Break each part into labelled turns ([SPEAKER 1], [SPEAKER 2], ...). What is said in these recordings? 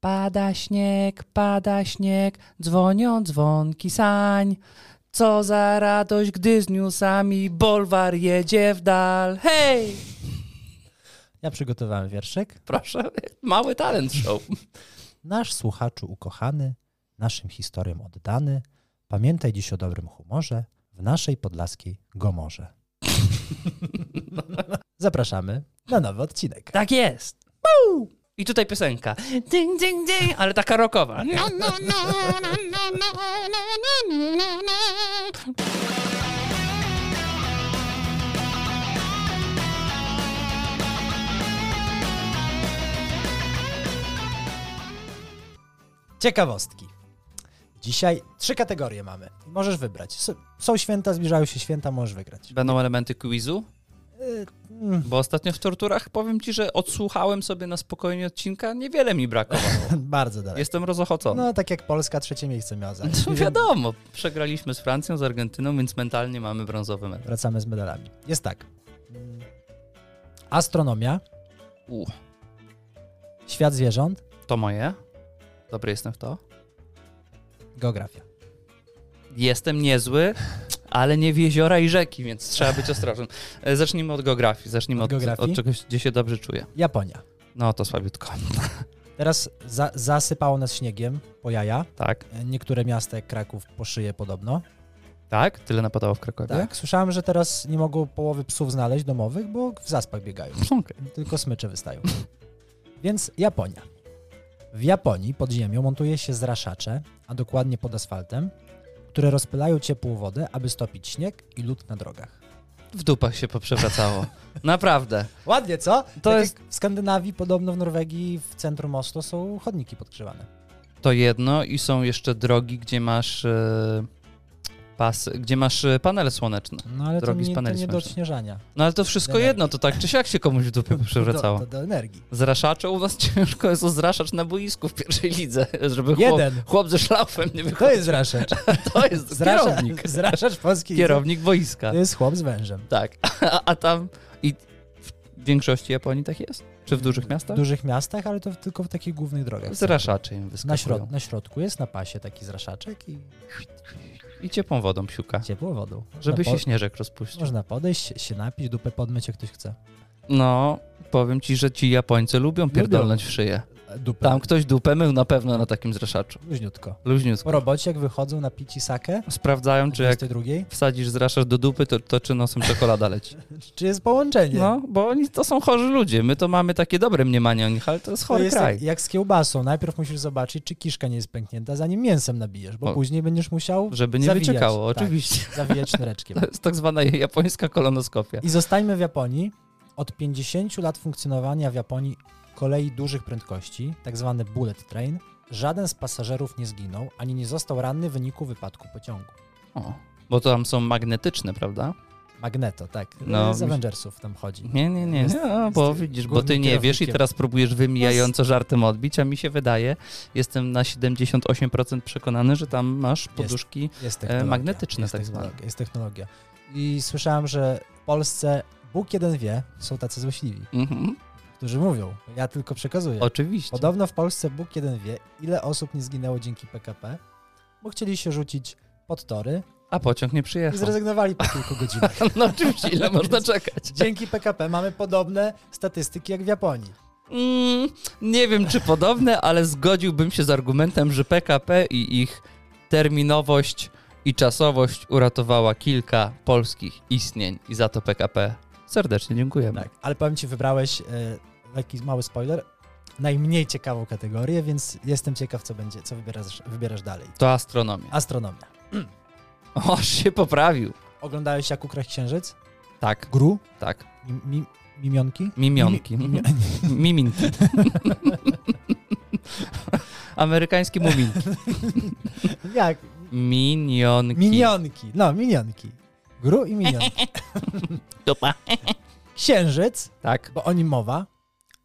[SPEAKER 1] Pada śnieg, pada śnieg, dzwonią dzwonki sań. Co za radość, gdy z newsami bolwar jedzie w dal. Hej!
[SPEAKER 2] Ja przygotowałem wierszyk.
[SPEAKER 1] Proszę, mały talent show.
[SPEAKER 2] Nasz słuchaczu ukochany, naszym historiom oddany, pamiętaj dziś o dobrym humorze w naszej podlaskiej Gomorze. Zapraszamy na nowy odcinek.
[SPEAKER 1] Tak jest. Woo! I tutaj piosenka. Ding, ding, ding, ale taka rockowa. No, no, no, no, no, no, no, no, no, no.
[SPEAKER 2] Ciekawostki. Dzisiaj trzy kategorie mamy. Możesz wybrać. S- Są święta, zbliżają się święta, możesz wygrać.
[SPEAKER 1] Będą elementy quizu,
[SPEAKER 2] Y, mm,
[SPEAKER 1] bo ostatnio w torturach powiem ci, że odsłuchałem sobie na spokojnie odcinka, niewiele mi brakowało.
[SPEAKER 2] Bardzo daleko.
[SPEAKER 1] Jestem rozochocony.
[SPEAKER 2] No tak jak Polska trzecie miejsce miała
[SPEAKER 1] No,
[SPEAKER 2] zająć.
[SPEAKER 1] wiadomo, przegraliśmy z Francją, z Argentyną, więc mentalnie mamy brązowy medal.
[SPEAKER 2] Wracamy z medalami. Jest tak. Mm, Astronomia,
[SPEAKER 1] U,
[SPEAKER 2] świat zwierząt,
[SPEAKER 1] to moje. Dobry jestem w to.
[SPEAKER 2] geografia.
[SPEAKER 1] Jestem niezły, ale nie w jeziora i rzeki, więc trzeba być ostrożnym. E, Zacznijmy od geografii. Zacznijmy
[SPEAKER 2] Od
[SPEAKER 1] od,
[SPEAKER 2] geografii?
[SPEAKER 1] od czegoś, gdzie się dobrze czuję.
[SPEAKER 2] Japonia.
[SPEAKER 1] No to słabiutko.
[SPEAKER 2] Teraz za, zasypało nas śniegiem po jaja.
[SPEAKER 1] Tak,
[SPEAKER 2] Niektóre miasta jak Kraków po szyję podobno.
[SPEAKER 1] tak? Tyle napadało w Krakowie?
[SPEAKER 2] Tak. Słyszałem, że teraz nie mogą połowy psów znaleźć domowych, bo w zaspach biegają.
[SPEAKER 1] Okej.
[SPEAKER 2] Tylko smycze wystają. Więc Japonia. W Japonii pod ziemią montuje się zraszacze, a dokładnie pod asfaltem, które rozpylają ciepłą wodę, aby stopić śnieg i lód na drogach.
[SPEAKER 1] W dupach się poprzewracało. Naprawdę.
[SPEAKER 2] Ładnie, co? Tak
[SPEAKER 1] To
[SPEAKER 2] jak
[SPEAKER 1] jest-
[SPEAKER 2] W Skandynawii, podobno w Norwegii, w centrum Oslo są chodniki podgrzewane.
[SPEAKER 1] To jedno i są jeszcze drogi, gdzie masz e, pasy, gdzie masz e, panele słoneczne.
[SPEAKER 2] No ale
[SPEAKER 1] Drogi z
[SPEAKER 2] to, nie, to
[SPEAKER 1] paneli
[SPEAKER 2] nie do
[SPEAKER 1] słonecznych.
[SPEAKER 2] odśnieżania.
[SPEAKER 1] No ale to wszystko
[SPEAKER 2] Energii.
[SPEAKER 1] jedno, to tak czy siak się komuś w
[SPEAKER 2] No,
[SPEAKER 1] dupę poprzewracało.
[SPEAKER 2] Do, do, do energii.
[SPEAKER 1] Zraszacze u nas ciężko jest o zraszacz na boisku w pierwszej lidze, żeby chłop,
[SPEAKER 2] Jeden.
[SPEAKER 1] chłop ze szlaufem nie wychodził.
[SPEAKER 2] To jest zraszacz.
[SPEAKER 1] To jest kierownik.
[SPEAKER 2] Zrasza- Zraszacz polski.
[SPEAKER 1] Kierownik boiska.
[SPEAKER 2] To jest chłop z wężem.
[SPEAKER 1] Tak. A, a tam i w większości Japonii tak jest? Czy w dużych
[SPEAKER 2] W
[SPEAKER 1] miastach?
[SPEAKER 2] dużych miastach, ale to w- tylko w takich głównych drogach.
[SPEAKER 1] Zraszacze im wyskakują.
[SPEAKER 2] Na, środ na środku jest na pasie taki zraszaczek i
[SPEAKER 1] I ciepłą wodą psiuka.
[SPEAKER 2] ciepłą wodą.
[SPEAKER 1] Żeby
[SPEAKER 2] Można po-
[SPEAKER 1] się śnieżek rozpuścił.
[SPEAKER 2] Można podejść, się napić, dupę podmyć, jak ktoś chce.
[SPEAKER 1] No, powiem ci, że ci Japońcy lubią pierdolnąć w szyję.
[SPEAKER 2] E, Dupę.
[SPEAKER 1] Tam ktoś dupę mył na pewno na takim zraszaczu.
[SPEAKER 2] Luźniutko.
[SPEAKER 1] Luźniutko.
[SPEAKER 2] Po robocie, jak wychodzą na pici sakę,
[SPEAKER 1] Sprawdzają, czy jak
[SPEAKER 2] 22,
[SPEAKER 1] wsadzisz zraszacz do dupy, to, to czy nosem czekolada leci.
[SPEAKER 2] czy jest połączenie?
[SPEAKER 1] No, bo oni to są chorzy ludzie. My to mamy takie dobre mniemanie o nich, ale to jest
[SPEAKER 2] To
[SPEAKER 1] chory
[SPEAKER 2] jest
[SPEAKER 1] kraj.
[SPEAKER 2] jak, jak z kiełbasą. Najpierw musisz zobaczyć, czy kiszka nie jest pęknięta, zanim mięsem nabijesz, bo
[SPEAKER 1] O.
[SPEAKER 2] później będziesz musiał
[SPEAKER 1] Żeby nie
[SPEAKER 2] zawijać.
[SPEAKER 1] wyciekało,
[SPEAKER 2] Tak.
[SPEAKER 1] oczywiście.
[SPEAKER 2] zawijać sznureczkiem.
[SPEAKER 1] To jest tak zwana japońska kolonoskopia.
[SPEAKER 2] I zostańmy w Japonii. Od 50 lat funkcjonowania w Japonii kolei dużych prędkości, tak zwany bullet train, żaden z pasażerów nie zginął ani nie został ranny w wyniku wypadku pociągu.
[SPEAKER 1] O, bo tam są magnetyczne, prawda?
[SPEAKER 2] Magneto, tak.
[SPEAKER 1] No,
[SPEAKER 2] No, z
[SPEAKER 1] mi-
[SPEAKER 2] Avengersów tam chodzi.
[SPEAKER 1] Nie, nie, nie,
[SPEAKER 2] Jest-
[SPEAKER 1] nie no,
[SPEAKER 2] jest
[SPEAKER 1] bo widzisz, bo ty
[SPEAKER 2] głównym
[SPEAKER 1] nie wiesz i
[SPEAKER 2] kierownikiem.
[SPEAKER 1] teraz próbujesz wymijająco żartem odbić, a mi się wydaje, jestem na 78% przekonany, że tam masz poduszki.
[SPEAKER 2] Jest technologia.
[SPEAKER 1] E, magnetyczne
[SPEAKER 2] jest
[SPEAKER 1] tak zwane.
[SPEAKER 2] technologia, jest technologia. I słyszałem, że w Polsce Bóg jeden wie, są tacy złośliwi,
[SPEAKER 1] Mhm,
[SPEAKER 2] którzy mówią. Ja tylko przekazuję.
[SPEAKER 1] oczywiście.
[SPEAKER 2] Podobno w Polsce Bóg jeden wie, ile osób nie zginęło dzięki PKP, bo chcieli się rzucić pod tory
[SPEAKER 1] A pociąg nie
[SPEAKER 2] i
[SPEAKER 1] przyjechał.
[SPEAKER 2] zrezygnowali po kilku godzinach.
[SPEAKER 1] No oczywiście, ile można czekać?
[SPEAKER 2] Dzięki PKP mamy podobne statystyki jak w Japonii.
[SPEAKER 1] Mm, nie wiem, czy podobne, ale zgodziłbym się z argumentem, że PKP i ich terminowość i czasowość uratowała kilka polskich istnień i za to PKP serdecznie dziękujemy.
[SPEAKER 2] Tak. Ale powiem ci, wybrałeś e, taki mały spoiler, najmniej ciekawą kategorię, więc jestem ciekaw, co będzie, co wybierasz, wybierasz dalej.
[SPEAKER 1] To astronomia.
[SPEAKER 2] Astronomia.
[SPEAKER 1] Oż się poprawił.
[SPEAKER 2] Oglądałeś jak ukraść księżyc?
[SPEAKER 1] Tak,
[SPEAKER 2] Gru?
[SPEAKER 1] tak.
[SPEAKER 2] Mi, mi, mimionki?
[SPEAKER 1] Mimionki.
[SPEAKER 2] Mi, mi,
[SPEAKER 1] Miminki. Amerykański mumin.
[SPEAKER 2] jak?
[SPEAKER 1] Minionki.
[SPEAKER 2] Minionki. No, minionki. Gru i minionki.
[SPEAKER 1] Dupa.
[SPEAKER 2] Księżyc,
[SPEAKER 1] Tak.
[SPEAKER 2] bo o nim mowa,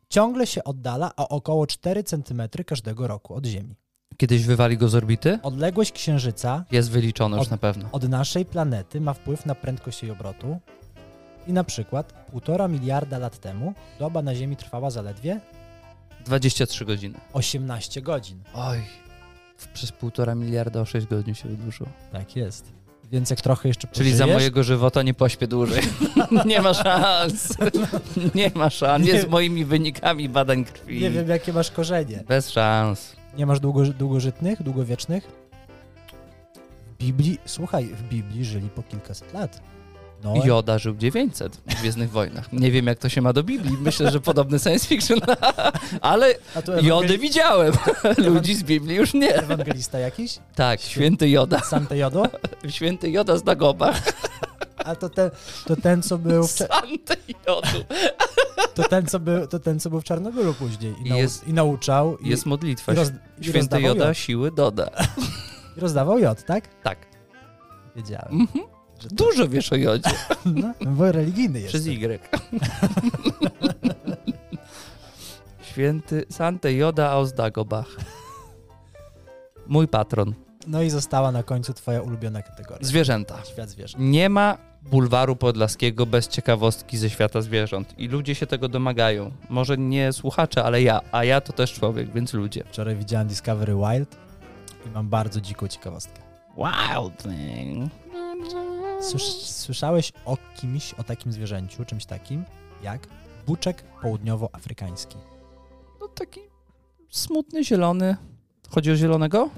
[SPEAKER 2] ciągle się oddala o około 4 cm każdego roku od Ziemi.
[SPEAKER 1] Kiedyś wywali go z orbity?
[SPEAKER 2] Odległość Księżyca
[SPEAKER 1] Jest wyliczone już
[SPEAKER 2] Od-
[SPEAKER 1] na pewno.
[SPEAKER 2] od naszej planety ma wpływ na prędkość jej obrotu i na przykład 1,5 miliarda lat temu doba na Ziemi trwała zaledwie
[SPEAKER 1] 23 godziny.
[SPEAKER 2] 18 godzin.
[SPEAKER 1] Oj, w- przez półtora miliarda o 6 godzin się wydłużyło.
[SPEAKER 2] Tak jest. Więc jak trochę jeszcze
[SPEAKER 1] Czyli za
[SPEAKER 2] pożyjesz-
[SPEAKER 1] mojego żywota nie pośpię dłużej. nie ma szans. nie ma szans. Nie z
[SPEAKER 2] Nie-
[SPEAKER 1] moimi wynikami badań krwi.
[SPEAKER 2] Nie wiem, jakie masz korzenie.
[SPEAKER 1] Bez szans.
[SPEAKER 2] Nie masz długo, długożytnych, długowiecznych? W Biblii, słuchaj, w Biblii żyli po kilkaset lat. No,
[SPEAKER 1] Joda żył 900 w Gwiezdnych Wojnach. Nie wiem, jak to się ma do Biblii. Myślę, że podobny science fiction. Ale
[SPEAKER 2] a tu
[SPEAKER 1] Jody widziałem. Ludzi z Biblii już nie.
[SPEAKER 2] ewangelista jakiś?
[SPEAKER 1] Tak, święty Joda.
[SPEAKER 2] Sam te jodło?
[SPEAKER 1] Święty Joda z Dagoba.
[SPEAKER 2] A to ten, to ten, co był w, Cze-
[SPEAKER 1] Santy Jodu.
[SPEAKER 2] to ten, co był, to ten, co był w Czarnobylu później i, nau-
[SPEAKER 1] Jest-
[SPEAKER 2] i nauczał i,
[SPEAKER 1] Jest
[SPEAKER 2] i,
[SPEAKER 1] modlitwa.
[SPEAKER 2] roz- i
[SPEAKER 1] Święty
[SPEAKER 2] rozdawał
[SPEAKER 1] Joda
[SPEAKER 2] jod.
[SPEAKER 1] siły doda.
[SPEAKER 2] I rozdawał jod, tak?
[SPEAKER 1] Tak.
[SPEAKER 2] Wiedziałem.
[SPEAKER 1] Mhm.
[SPEAKER 2] Że to,
[SPEAKER 1] Dużo wiesz o Jodzie.
[SPEAKER 2] no, bo religijny jest.
[SPEAKER 1] Przez Y. Święty Sante Joda aus Dagobach. Mój patron.
[SPEAKER 2] No i została na końcu twoja ulubiona kategoria.
[SPEAKER 1] Zwierzęta.
[SPEAKER 2] Świat zwierząt.
[SPEAKER 1] Nie ma bulwaru podlaskiego bez ciekawostki ze świata zwierząt. I ludzie się tego domagają. Może nie słuchacze, ale ja. A ja to też człowiek, więc ludzie.
[SPEAKER 2] Wczoraj widziałem Discovery Wild i mam bardzo dziką ciekawostkę.
[SPEAKER 1] Wild thing.
[SPEAKER 2] Słysz- Słyszałeś o kimś, o takim zwierzęciu, czymś takim jak buczek południowoafrykański.
[SPEAKER 1] No taki smutny, zielony. Chodzi o zielonego?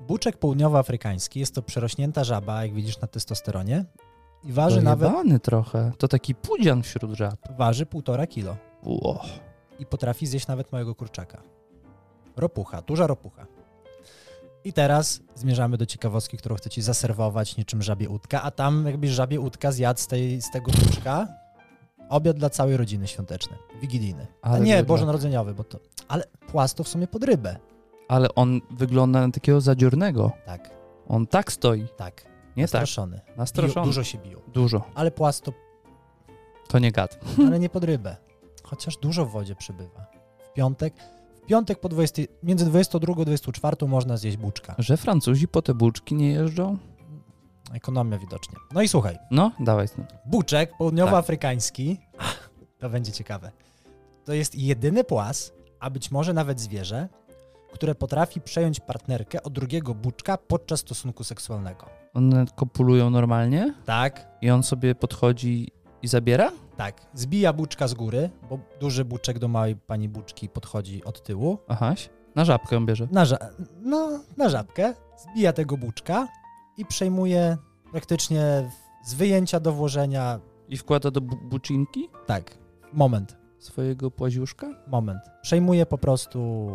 [SPEAKER 2] Buczek południowoafrykański jest to przerośnięta żaba, jak widzisz na testosteronie, i waży nawet
[SPEAKER 1] Dojebany trochę. To taki pudzian wśród żab.
[SPEAKER 2] waży półtora kilo
[SPEAKER 1] Ło.
[SPEAKER 2] i potrafi zjeść nawet mojego kurczaka. Ropucha, duża ropucha. I teraz zmierzamy do ciekawostki, którą chcę ci zaserwować niczym żabie utka, a tam jakbyś żabie utka zjadł z, tej, z tego buczka obiad dla całej rodziny świąteczny, wigilijny. A
[SPEAKER 1] Ale
[SPEAKER 2] nie, no-
[SPEAKER 1] wyrok.
[SPEAKER 2] bożonarodzeniowy, bo to... Ale płas to w sumie pod rybę.
[SPEAKER 1] Ale on wygląda na takiego zadziornego.
[SPEAKER 2] Tak,
[SPEAKER 1] On tak stoi.
[SPEAKER 2] tak.
[SPEAKER 1] Nie tak.
[SPEAKER 2] Straszony. Biją,
[SPEAKER 1] Nastroszony. Dużo.
[SPEAKER 2] dużo się biją.
[SPEAKER 1] Dużo.
[SPEAKER 2] Ale płas to...
[SPEAKER 1] To nie gad.
[SPEAKER 2] Ale nie pod rybę. Chociaż dużo w wodzie przybywa. W piątek... W piątek po 20, między 22 a 24 można zjeść buczka.
[SPEAKER 1] Że Francuzi po te buczki nie jeżdżą?
[SPEAKER 2] Ekonomia widocznie. No i słuchaj,
[SPEAKER 1] No, dawaj z tym.
[SPEAKER 2] buczek południowoafrykański,
[SPEAKER 1] Tak.
[SPEAKER 2] to będzie ciekawe, to jest jedyny płas, a być może nawet zwierzę, które potrafi przejąć partnerkę od drugiego buczka podczas stosunku seksualnego.
[SPEAKER 1] One kopulują normalnie
[SPEAKER 2] Tak,
[SPEAKER 1] i on sobie podchodzi i zabiera?
[SPEAKER 2] tak. Zbija buczka z góry, bo duży buczek do małej pani buczki podchodzi od tyłu.
[SPEAKER 1] Ahaś. Na żabkę ją bierze.
[SPEAKER 2] Na, ża- no, na żabkę. Zbija tego buczka i przejmuje praktycznie z wyjęcia do włożenia.
[SPEAKER 1] I wkłada do bu- bucinki
[SPEAKER 2] Tak, moment.
[SPEAKER 1] swojego płaziuszka?
[SPEAKER 2] moment. Przejmuje po prostu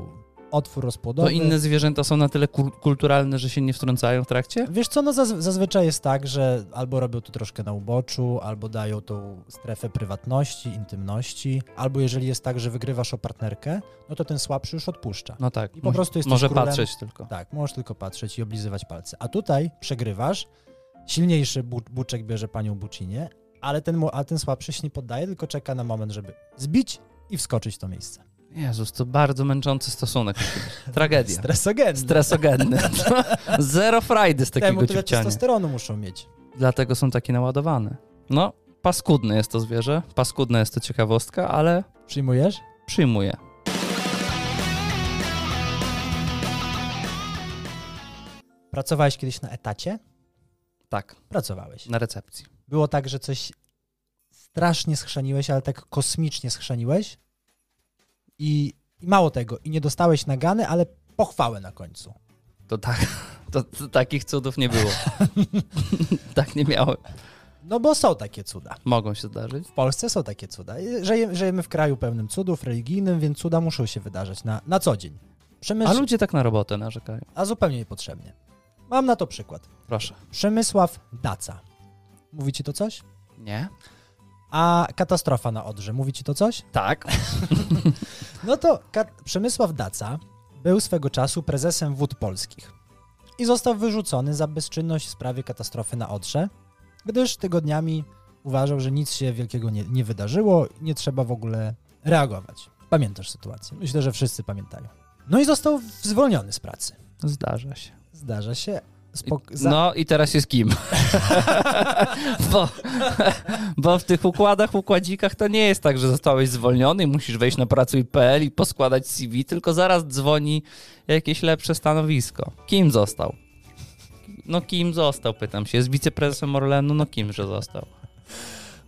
[SPEAKER 2] otwór
[SPEAKER 1] To
[SPEAKER 2] rozpłodowy.
[SPEAKER 1] inne zwierzęta są na tyle kul- kulturalne, że się nie wtrącają w trakcie?
[SPEAKER 2] Wiesz co, no zazw- zazwyczaj jest tak, że albo robią to troszkę na uboczu, albo dają tą strefę prywatności, intymności, albo jeżeli jest tak, że wygrywasz o partnerkę, no to ten słabszy już odpuszcza.
[SPEAKER 1] No tak.
[SPEAKER 2] I po prostu jesteś
[SPEAKER 1] Może
[SPEAKER 2] królem.
[SPEAKER 1] patrzeć tylko.
[SPEAKER 2] Tak, możesz tylko patrzeć i oblizywać palce. A tutaj przegrywasz, silniejszy bu- buczek bierze panią bucinie, ale ten, mu- a ten słabszy się nie poddaje, tylko czeka na moment, żeby zbić i wskoczyć w to miejsce.
[SPEAKER 1] Jezus, to bardzo męczący stosunek. Tragedia.
[SPEAKER 2] Stresogenny.
[SPEAKER 1] Stresogenny. Zero frajdy z
[SPEAKER 2] Temu
[SPEAKER 1] takiego
[SPEAKER 2] tyle
[SPEAKER 1] ciupciania.
[SPEAKER 2] testosteronu muszą mieć.
[SPEAKER 1] Dlatego są takie naładowane. No, paskudne jest to zwierzę, paskudna jest to ciekawostka, ale
[SPEAKER 2] Przyjmujesz?
[SPEAKER 1] przyjmuję.
[SPEAKER 2] Pracowałeś kiedyś na etacie?
[SPEAKER 1] Tak,
[SPEAKER 2] Pracowałeś.
[SPEAKER 1] na recepcji.
[SPEAKER 2] Było tak, że coś strasznie schrzeniłeś, ale tak kosmicznie schrzeniłeś i, i mało tego, i nie dostałeś nagany, ale pochwałę na końcu.
[SPEAKER 1] To tak, to, to takich cudów nie było. tak nie miałem.
[SPEAKER 2] No bo są takie cuda.
[SPEAKER 1] Mogą się zdarzyć.
[SPEAKER 2] W Polsce są takie cuda. I Żyje, żyjemy w kraju pełnym cudów religijnym, więc cuda muszą się wydarzać na, na co dzień. Przemysł,
[SPEAKER 1] A
[SPEAKER 2] a,
[SPEAKER 1] ludzie tak na robotę narzekają.
[SPEAKER 2] zupełnie niepotrzebnie. Mam na to przykład.
[SPEAKER 1] Proszę.
[SPEAKER 2] Przemysław Daca. Mówi ci to coś?
[SPEAKER 1] Nie?
[SPEAKER 2] A katastrofa na Odrze. Mówi ci to coś?
[SPEAKER 1] Tak.
[SPEAKER 2] No to Kat- Przemysław Daca był swego czasu prezesem Wód Polskich i został wyrzucony za bezczynność w sprawie katastrofy na Odrze, gdyż tygodniami uważał, że nic się wielkiego nie, nie wydarzyło i nie trzeba w ogóle reagować. Pamiętasz sytuację? Myślę, że wszyscy pamiętają. No i został w- zwolniony z pracy.
[SPEAKER 1] Zdarza się.
[SPEAKER 2] Zdarza się. spok- za-
[SPEAKER 1] No i teraz jest kim? bo, bo w tych układach, układzikach to nie jest tak, że zostałeś zwolniony i musisz wejść na pracuj.pl i poskładać CV, tylko zaraz dzwoni jakieś lepsze stanowisko. Kim został? No kim został, pytam się. Jest wiceprezesem Orlenu, no kimże został?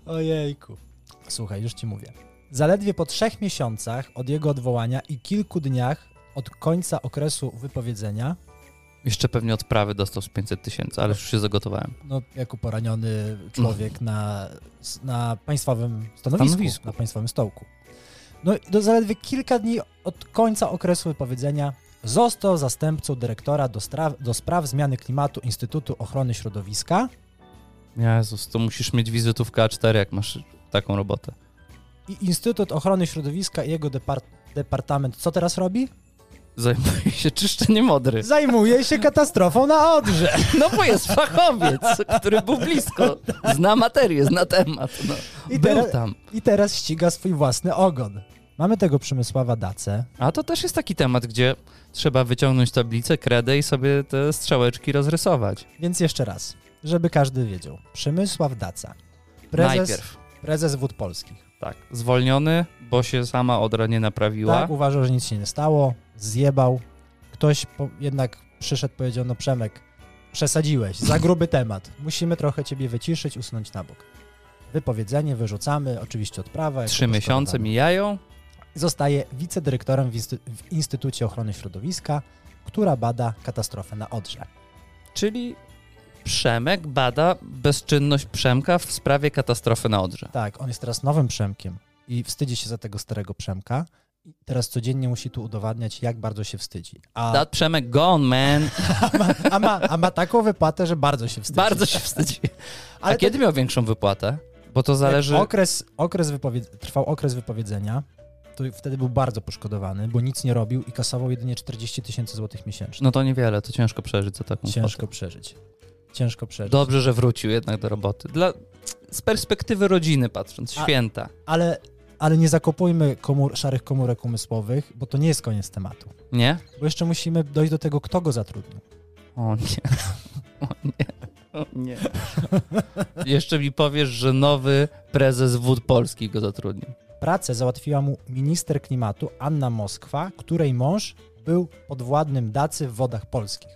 [SPEAKER 2] Ojejku. Słuchaj, już ci mówię. Zaledwie po trzech miesiącach od jego odwołania i kilku dniach od końca okresu wypowiedzenia,
[SPEAKER 1] Jeszcze pewnie odprawy dostał z 500 tysięcy, ale już się zagotowałem.
[SPEAKER 2] no jako poraniony człowiek na, na państwowym stanowisku,
[SPEAKER 1] Mhm. Stanowisku.
[SPEAKER 2] na państwowym stołku. No i do zaledwie kilka dni od końca okresu wypowiedzenia został zastępcą dyrektora do, stra- do spraw zmiany klimatu Instytutu Ochrony Środowiska
[SPEAKER 1] Jezus, to musisz mieć wizytówkę A4, jak masz taką robotę.
[SPEAKER 2] i Instytut Ochrony Środowiska i jego depart- departament co teraz robi?
[SPEAKER 1] Zajmuję się czyszczeniem odry.
[SPEAKER 2] Zajmuje się katastrofą na Odrze.
[SPEAKER 1] No bo jest fachowiec, który był blisko, zna materię, zna temat. No.
[SPEAKER 2] I
[SPEAKER 1] był
[SPEAKER 2] teraz-
[SPEAKER 1] tam.
[SPEAKER 2] I teraz ściga swój własny ogon. Mamy tego Przemysława Dacę.
[SPEAKER 1] A to też jest taki temat, gdzie trzeba wyciągnąć tablicę, kredę i sobie te strzałeczki rozrysować.
[SPEAKER 2] Więc jeszcze raz, żeby każdy wiedział. Przemysław Daca. Prezes,
[SPEAKER 1] Najpierw.
[SPEAKER 2] prezes Wód Polskich.
[SPEAKER 1] Tak, zwolniony, bo się sama odra nie naprawiła.
[SPEAKER 2] Tak, uważał, że nic się nie stało, zjebał. Ktoś po, jednak przyszedł, powiedział, no Przemek, przesadziłeś, za gruby temat. Musimy trochę ciebie wyciszyć, usunąć na bok. Wypowiedzenie wyrzucamy, oczywiście odprawa. jako
[SPEAKER 1] Trzy miesiące
[SPEAKER 2] poszkodowanie.
[SPEAKER 1] mijają.
[SPEAKER 2] Zostaje wicedyrektorem w, insty- w Instytucie Ochrony Środowiska, która bada katastrofę na Odrze.
[SPEAKER 1] Czyli Przemek bada bezczynność Przemka w sprawie katastrofy na Odrze.
[SPEAKER 2] Tak, on jest teraz nowym Przemkiem i wstydzi się za tego starego Przemka. I teraz codziennie musi tu udowadniać, jak bardzo się wstydzi. A,
[SPEAKER 1] That Przemek gone, man.
[SPEAKER 2] a, ma, a ma taką wypłatę, że bardzo się wstydzi.
[SPEAKER 1] Tak. Bardzo się wstydzi. A
[SPEAKER 2] Ale to-
[SPEAKER 1] kiedy miał większą wypłatę? Bo to zależy...
[SPEAKER 2] Okres, okres wypowied... Trwał okres wypowiedzenia, to wtedy był bardzo poszkodowany, bo nic nie robił i kasował jedynie 40 tysięcy złotych miesięcznie.
[SPEAKER 1] No to niewiele, to ciężko przeżyć za taką kwotę.
[SPEAKER 2] Ciężko przeżyć. Ciężko przeżyć.
[SPEAKER 1] Dobrze, że wrócił jednak do roboty. Dla, z perspektywy rodziny patrząc,
[SPEAKER 2] A-
[SPEAKER 1] święta.
[SPEAKER 2] Ale, ale nie zakopujmy komór, szarych komórek umysłowych, bo to nie jest koniec tematu.
[SPEAKER 1] Nie?
[SPEAKER 2] Bo jeszcze musimy dojść do tego, kto go zatrudnił.
[SPEAKER 1] O nie. O nie. O nie. Jeszcze mi powiesz, że nowy prezes Wód Polskich go zatrudnił.
[SPEAKER 2] Pracę załatwiła mu minister klimatu Anna Moskwa, której mąż był podwładnym Dacy w wodach polskich.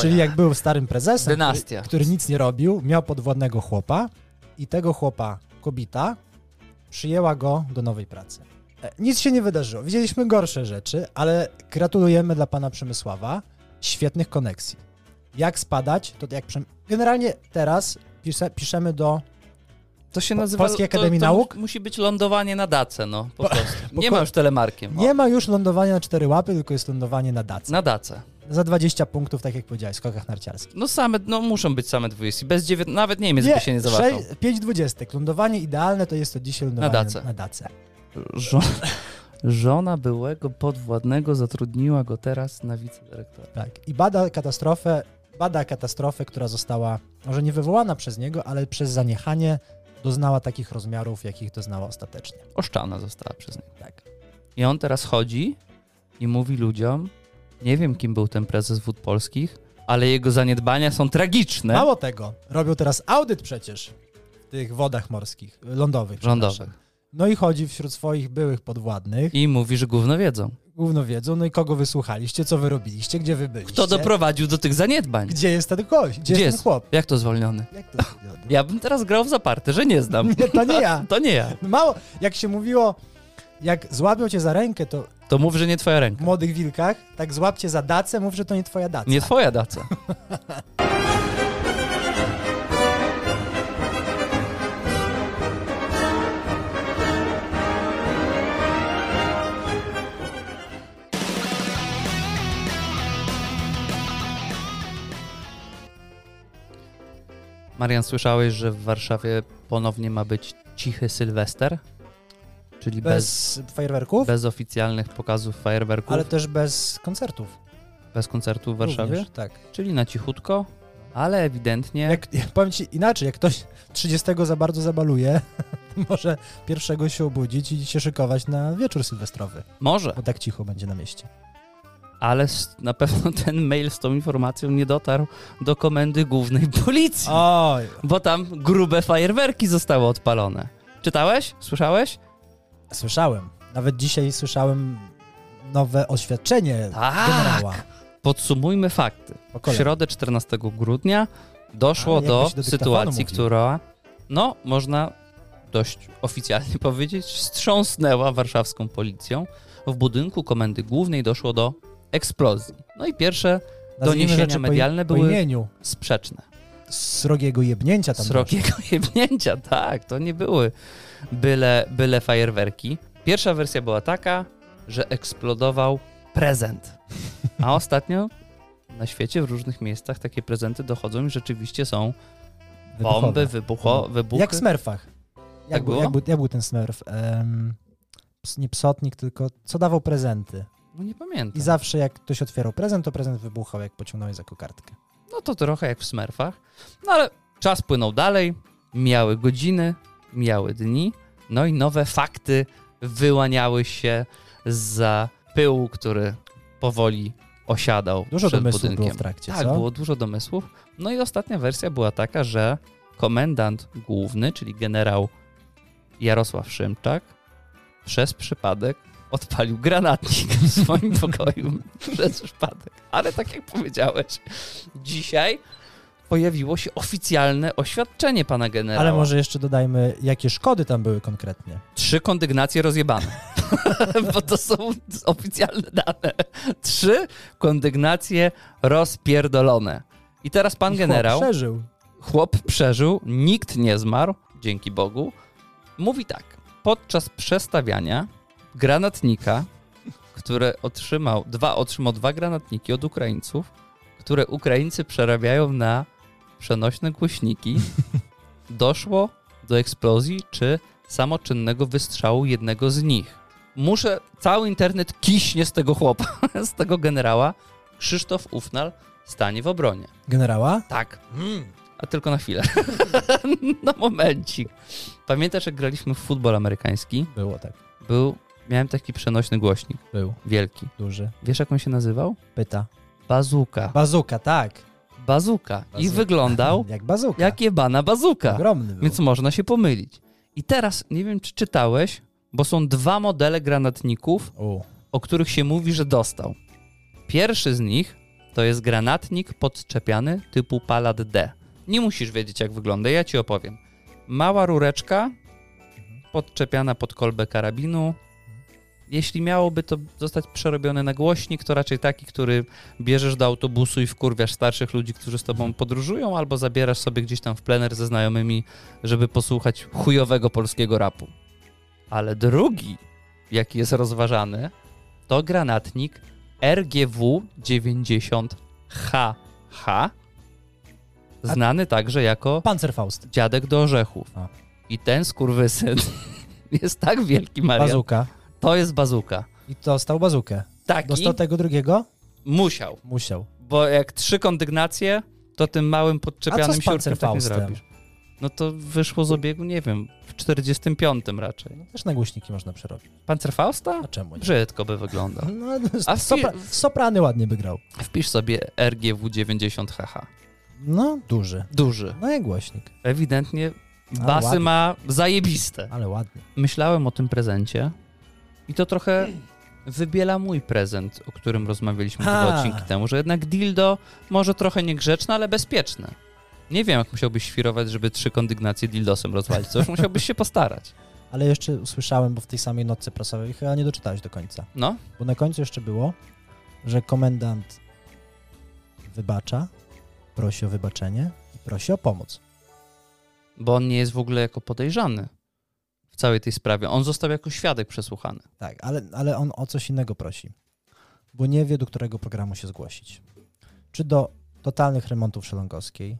[SPEAKER 2] Czyli jak był starym prezesem,
[SPEAKER 1] Dynastia.
[SPEAKER 2] Który, który nic nie robił, miał podwładnego chłopa i tego chłopa kobita przyjęła go do nowej pracy. E, Nic się nie wydarzyło. Widzieliśmy gorsze rzeczy, ale gratulujemy dla pana Przemysława świetnych koneksji. Jak spadać, to jak przem... Generalnie teraz pisze, piszemy do
[SPEAKER 1] To się
[SPEAKER 2] Po-
[SPEAKER 1] nazywa...
[SPEAKER 2] Polskiej
[SPEAKER 1] to-
[SPEAKER 2] Akademii
[SPEAKER 1] to,
[SPEAKER 2] Nauk?
[SPEAKER 1] mu- Musi być lądowanie na dace, no. Po prostu.
[SPEAKER 2] po-
[SPEAKER 1] Nie ma już telemarkiem. O,
[SPEAKER 2] Nie ma już lądowania na cztery łapy, tylko jest lądowanie na dacy.
[SPEAKER 1] Na dace.
[SPEAKER 2] Za 20 punktów, tak jak powiedziałeś, w skokach narciarskich.
[SPEAKER 1] No same, no muszą być same 20. Bez dziewię... Nawet Niemiec by się nie zawahał.
[SPEAKER 2] 5 20. Lądowanie idealne to jest to dzisiaj lądowanie
[SPEAKER 1] Na dace.
[SPEAKER 2] Na dace.
[SPEAKER 1] Żo- żona byłego podwładnego zatrudniła go teraz na wicedyrektora.
[SPEAKER 2] Tak. I bada katastrofę, bada katastrofę, która została może nie wywołana przez niego, ale przez zaniechanie doznała takich rozmiarów, jakich doznała ostatecznie.
[SPEAKER 1] Oszczana została przez niego.
[SPEAKER 2] Tak.
[SPEAKER 1] I on teraz chodzi i mówi ludziom, nie wiem kim był ten prezes Wód Polskich, ale jego zaniedbania są tragiczne.
[SPEAKER 2] Mało tego, robią teraz audyt przecież w tych wodach morskich, lądowych. przepraszam.
[SPEAKER 1] Rządowych.
[SPEAKER 2] No i chodzi wśród swoich byłych podwładnych,
[SPEAKER 1] I mówi, że gówno wiedzą.
[SPEAKER 2] główno wiedzą, no i kogo wysłuchaliście, co wy robiliście, gdzie wy byliście.
[SPEAKER 1] Kto doprowadził do tych zaniedbań?
[SPEAKER 2] Gdzie jest ten gość? Gdzie, jest ten chłop?
[SPEAKER 1] Jak to zwolniony?
[SPEAKER 2] Jak to
[SPEAKER 1] Ja bym teraz grał w zaparte, że nie znam.
[SPEAKER 2] Nie, to nie ja.
[SPEAKER 1] To nie ja.
[SPEAKER 2] Mało, jak się mówiło, jak złapią cię za rękę, to
[SPEAKER 1] To mów, że nie twoja
[SPEAKER 2] w
[SPEAKER 1] ręka.
[SPEAKER 2] młodych wilkach, tak złapcie za dacę, mów, że to nie twoja daca.
[SPEAKER 1] Nie twoja daca. Marian, słyszałeś, że w Warszawie ponownie ma być cichy Sylwester? Czyli bez,
[SPEAKER 2] bez fajerwerków,
[SPEAKER 1] bez, oficjalnych pokazów fajerwerków,
[SPEAKER 2] ale też bez koncertów.
[SPEAKER 1] bez koncertu w Warszawie?
[SPEAKER 2] Również, tak.
[SPEAKER 1] Czyli na cichutko, ale ewidentnie.
[SPEAKER 2] Jak, ja powiem ci inaczej, jak ktoś 30 za bardzo zabaluje, to może pierwszego się obudzić i się szykować na wieczór sylwestrowy,
[SPEAKER 1] Może.
[SPEAKER 2] bo tak cicho będzie na mieście.
[SPEAKER 1] ale s- na pewno ten mail z tą informacją nie dotarł do komendy głównej policji,
[SPEAKER 2] Oj,
[SPEAKER 1] bo tam grube fajerwerki zostały odpalone. Czytałeś? Słyszałeś?
[SPEAKER 2] słyszałem. Nawet dzisiaj słyszałem nowe oświadczenie
[SPEAKER 1] Tak.
[SPEAKER 2] generała.
[SPEAKER 1] Podsumujmy fakty.
[SPEAKER 2] Po
[SPEAKER 1] W
[SPEAKER 2] kolei.
[SPEAKER 1] środę 14 grudnia doszło
[SPEAKER 2] Ale
[SPEAKER 1] do
[SPEAKER 2] jakbyś do dyktafonu
[SPEAKER 1] sytuacji,
[SPEAKER 2] mówił.
[SPEAKER 1] która, no, można dość oficjalnie powiedzieć, wstrząsnęła warszawską policją. W budynku Komendy Głównej doszło do eksplozji. No i pierwsze
[SPEAKER 2] Nazwijmy
[SPEAKER 1] doniesienia
[SPEAKER 2] rzeczy po-
[SPEAKER 1] medialne
[SPEAKER 2] po
[SPEAKER 1] były-
[SPEAKER 2] imieniu
[SPEAKER 1] sprzeczne.
[SPEAKER 2] srogiego jebnięcia tam doszło.
[SPEAKER 1] Srogiego jebnięcia, tak, to nie były byle, byle fajerwerki. Pierwsza wersja była taka, że eksplodował prezent. A ostatnio na świecie, w różnych miejscach takie prezenty dochodzą i rzeczywiście są
[SPEAKER 2] Wybuchowe.
[SPEAKER 1] bomby, wybucho, wybuchy.
[SPEAKER 2] Jak w smerfach. Jak,
[SPEAKER 1] Tak
[SPEAKER 2] był-
[SPEAKER 1] było?
[SPEAKER 2] Jak, był, jak był ten smerf? Em, ps- nie psotnik, tylko co dawał prezenty.
[SPEAKER 1] No nie
[SPEAKER 2] I
[SPEAKER 1] pamiętam.
[SPEAKER 2] zawsze jak ktoś otwierał prezent, to prezent wybuchał, jak pociągnąłeś za kokardkę.
[SPEAKER 1] No to trochę jak w smerfach. No ale czas płynął dalej, mijały godziny, mijały dni, no i nowe fakty wyłaniały się za pyłu, który powoli osiadał
[SPEAKER 2] Dużo
[SPEAKER 1] przed
[SPEAKER 2] domysłów
[SPEAKER 1] budynkiem.
[SPEAKER 2] było w trakcie,
[SPEAKER 1] tak,
[SPEAKER 2] co?
[SPEAKER 1] było dużo domysłów. No i ostatnia wersja była taka, że komendant główny, czyli generał Jarosław Szymczak, przez przypadek odpalił granatnik w swoim pokoju. przez przypadek. Ale tak jak powiedziałeś, dzisiaj pojawiło się oficjalne oświadczenie pana generała.
[SPEAKER 2] Ale może jeszcze dodajmy, jakie szkody tam były konkretnie.
[SPEAKER 1] Trzy kondygnacje rozjebane. Bo to są oficjalne dane. Trzy kondygnacje rozpierdolone. I teraz pan
[SPEAKER 2] I chłop
[SPEAKER 1] generał,
[SPEAKER 2] Przeżył.
[SPEAKER 1] chłop przeżył, nikt nie zmarł, dzięki Bogu. Mówi tak, podczas przestawiania granatnika, które otrzymał, dwa, otrzymał dwa granatniki od Ukraińców, które Ukraińcy przerabiają na przenośne głośniki, doszło do eksplozji czy samoczynnego wystrzału jednego z nich. Muszę, cały internet kiśnie z tego chłopa, z tego generała. Krzysztof Ufnal stanie w obronie.
[SPEAKER 2] Generała?
[SPEAKER 1] Tak. A tylko na chwilę. no momencik. Pamiętasz, jak graliśmy w futbol amerykański?
[SPEAKER 2] Było tak.
[SPEAKER 1] Był, miałem taki przenośny głośnik,
[SPEAKER 2] Był.
[SPEAKER 1] wielki.
[SPEAKER 2] Duży.
[SPEAKER 1] Wiesz, jak on się nazywał?
[SPEAKER 2] Pyta.
[SPEAKER 1] Bazuka.
[SPEAKER 2] Bazuka, tak.
[SPEAKER 1] Bazuka. I
[SPEAKER 2] Bazuka.
[SPEAKER 1] wyglądał
[SPEAKER 2] Jak bazuka.
[SPEAKER 1] jak jebana bazuka.
[SPEAKER 2] Ogromny był.
[SPEAKER 1] Więc można się pomylić. I teraz, nie wiem, czy czytałeś, bo są dwa modele granatników,
[SPEAKER 2] U.
[SPEAKER 1] o których się mówi, że dostał. Pierwszy z nich to jest granatnik podczepiany typu Palad D. Nie musisz wiedzieć, jak wygląda, ja ci opowiem. Mała rureczka podczepiana pod kolbę karabinu. Jeśli miałoby to zostać przerobione na głośnik, to raczej taki, który bierzesz do autobusu i wkurwiasz starszych ludzi, którzy z tobą podróżują, albo zabierasz sobie gdzieś tam w plener ze znajomymi, żeby posłuchać chujowego polskiego rapu. Ale drugi, jaki jest rozważany, to granatnik RGW-90HH, znany także jako
[SPEAKER 2] Pancerfaust.
[SPEAKER 1] dziadek do orzechów.
[SPEAKER 2] A.
[SPEAKER 1] I ten skurwysyn jest tak wielki, Maria.
[SPEAKER 2] Bazuka.
[SPEAKER 1] To jest bazuka.
[SPEAKER 2] I dostał bazukę.
[SPEAKER 1] Taki
[SPEAKER 2] Dostał tego drugiego?
[SPEAKER 1] musiał,
[SPEAKER 2] Musiał.
[SPEAKER 1] bo jak trzy kondygnacje, to tym małym
[SPEAKER 2] A co
[SPEAKER 1] podczepianym
[SPEAKER 2] z
[SPEAKER 1] siurkiem tak nie
[SPEAKER 2] Panzerfaustem?
[SPEAKER 1] zrobisz. No to wyszło z obiegu, nie wiem, w 45 raczej.
[SPEAKER 2] No, też na głośniki można przerobić.
[SPEAKER 1] Panzerfausta?
[SPEAKER 2] A czemu nie?
[SPEAKER 1] Brzydko by wyglądał.
[SPEAKER 2] No,
[SPEAKER 1] A
[SPEAKER 2] A
[SPEAKER 1] w
[SPEAKER 2] sopra
[SPEAKER 1] fil-
[SPEAKER 2] soprany ładnie by grał.
[SPEAKER 1] Wpisz sobie RGW90HH.
[SPEAKER 2] No, duży.
[SPEAKER 1] Duży.
[SPEAKER 2] No i głośnik.
[SPEAKER 1] Ewidentnie
[SPEAKER 2] A,
[SPEAKER 1] basy
[SPEAKER 2] ładnie.
[SPEAKER 1] ma zajebiste.
[SPEAKER 2] Ale ładny.
[SPEAKER 1] myślałem o tym prezencie i to trochę wybiela mój prezent, o którym rozmawialiśmy
[SPEAKER 2] Ha.
[SPEAKER 1] dwa odcinki temu, że jednak dildo może trochę niegrzeczne, ale bezpieczne. Nie wiem, jak musiałbyś świrować, żeby trzy kondygnacje dildosem rozwalić. To już musiałbyś się postarać.
[SPEAKER 2] Ale jeszcze usłyszałem, bo w tej samej nocy prasowej chyba nie doczytałeś do końca.
[SPEAKER 1] No,
[SPEAKER 2] Bo na końcu jeszcze było, że komendant wybacza, prosi o wybaczenie i prosi o pomoc.
[SPEAKER 1] bo on nie jest w ogóle jako podejrzany w całej tej sprawie. On został jako świadek przesłuchany.
[SPEAKER 2] Tak, ale, ale on o coś innego prosi. Bo nie wie, do którego programu się zgłosić. Czy do totalnych remontów szelongowskiej,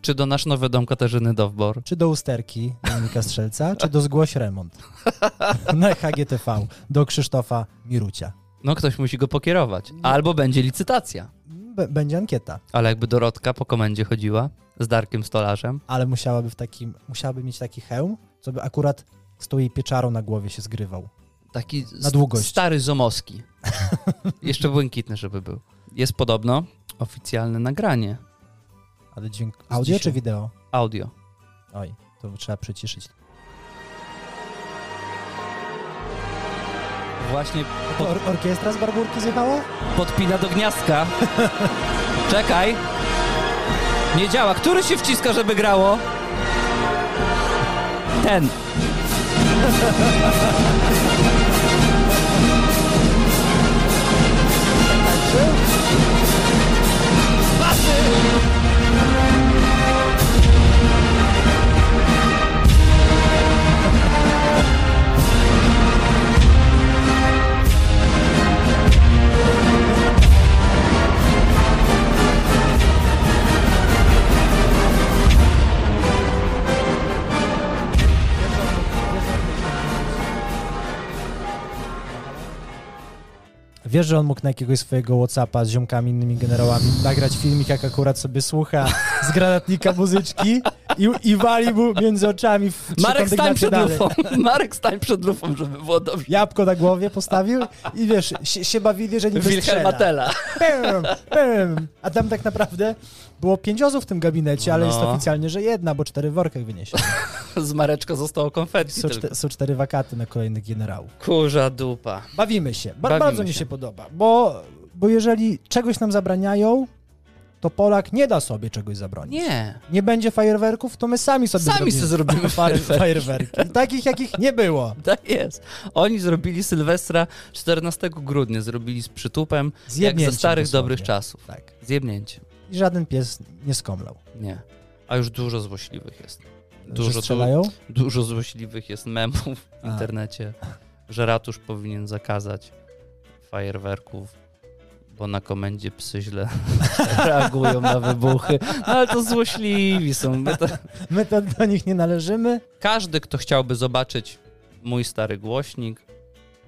[SPEAKER 1] Czy do nasz nowy dom Katarzyny Dowbor?
[SPEAKER 2] czy do usterki Dominika Strzelca, czy do zgłoś remont na HGTV do Krzysztofa Mirucia.
[SPEAKER 1] No, ktoś musi go pokierować. Albo będzie licytacja.
[SPEAKER 2] B- będzie ankieta,
[SPEAKER 1] Ale jakby Dorotka po komendzie chodziła z Darkiem Stolarzem,
[SPEAKER 2] ale musiałaby, w takim, musiałaby mieć taki hełm, co by akurat z tą jej pieczarą na głowie się zgrywał.
[SPEAKER 1] Taki
[SPEAKER 2] Na
[SPEAKER 1] s-
[SPEAKER 2] długość.
[SPEAKER 1] stary Zomoski. Jeszcze błękitny, żeby był. Jest podobno oficjalne nagranie
[SPEAKER 2] Ale dźwięk... Audio czy
[SPEAKER 1] dzisiaj.
[SPEAKER 2] wideo?
[SPEAKER 1] audio.
[SPEAKER 2] Oj, to trzeba przyciszyć.
[SPEAKER 1] Właśnie pod,
[SPEAKER 2] Or- orkiestra z Barburki zjechała?
[SPEAKER 1] podpina do gniazdka. Czekaj. Nie działa. Który się wciska, żeby grało? Ten.
[SPEAKER 2] Wiesz, że on mógł na jakiegoś swojego Whatsappa z ziomkami, innymi generałami nagrać filmik, jak akurat sobie słucha z granatnika muzyczki i, i wali mu między oczami w trzy
[SPEAKER 1] Marek stań
[SPEAKER 2] kondygnacje
[SPEAKER 1] przed
[SPEAKER 2] dalej.
[SPEAKER 1] lufą. Marek stań przed lufą, żeby było dobrze.
[SPEAKER 2] Jabłko na głowie postawił i wiesz, się, się bawili, że niby
[SPEAKER 1] Wilhelma
[SPEAKER 2] strzela.
[SPEAKER 1] Tella.
[SPEAKER 2] Pem, pem. A tam tak naprawdę było pięć osób w tym gabinecie, ale jest
[SPEAKER 1] No.
[SPEAKER 2] oficjalnie, że jedna, bo cztery w workach wyniesie.
[SPEAKER 1] Z Mareczka zostało konfetti.
[SPEAKER 2] Są,
[SPEAKER 1] tylko.
[SPEAKER 2] czte, są cztery wakaty na kolejnych generałów.
[SPEAKER 1] Kurza dupa.
[SPEAKER 2] Bawimy się. Ba-
[SPEAKER 1] Bawimy
[SPEAKER 2] bardzo mi
[SPEAKER 1] się.
[SPEAKER 2] się podoba, bo, bo jeżeli czegoś nam zabraniają, to Polak nie da sobie czegoś zabronić.
[SPEAKER 1] Nie.
[SPEAKER 2] Nie będzie fajerwerków, to my sami sobie
[SPEAKER 1] Sami
[SPEAKER 2] zrobimy
[SPEAKER 1] sobie zrobimy
[SPEAKER 2] fajer-
[SPEAKER 1] fajerwerki.
[SPEAKER 2] fajerwerki. Takich, jakich nie było.
[SPEAKER 1] Tak jest. Oni zrobili Sylwestra 14 grudnia, zrobili z przytupem, jak ze
[SPEAKER 2] Zjebnięcie
[SPEAKER 1] starych
[SPEAKER 2] dosłownie.
[SPEAKER 1] dobrych czasów.
[SPEAKER 2] Tak.
[SPEAKER 1] Zjebnięcie.
[SPEAKER 2] I żaden pies nie skomlał.
[SPEAKER 1] Nie. A już dużo złośliwych jest. Dużo,
[SPEAKER 2] Dużo strzelają?
[SPEAKER 1] Dużo złośliwych jest memów w
[SPEAKER 2] A.
[SPEAKER 1] internecie, że ratusz powinien zakazać fajerwerków, bo na komendzie psy źle reagują na wybuchy. No ale to złośliwi są. My to...
[SPEAKER 2] My to do nich nie należymy.
[SPEAKER 1] Każdy, kto chciałby zobaczyć mój stary głośnik,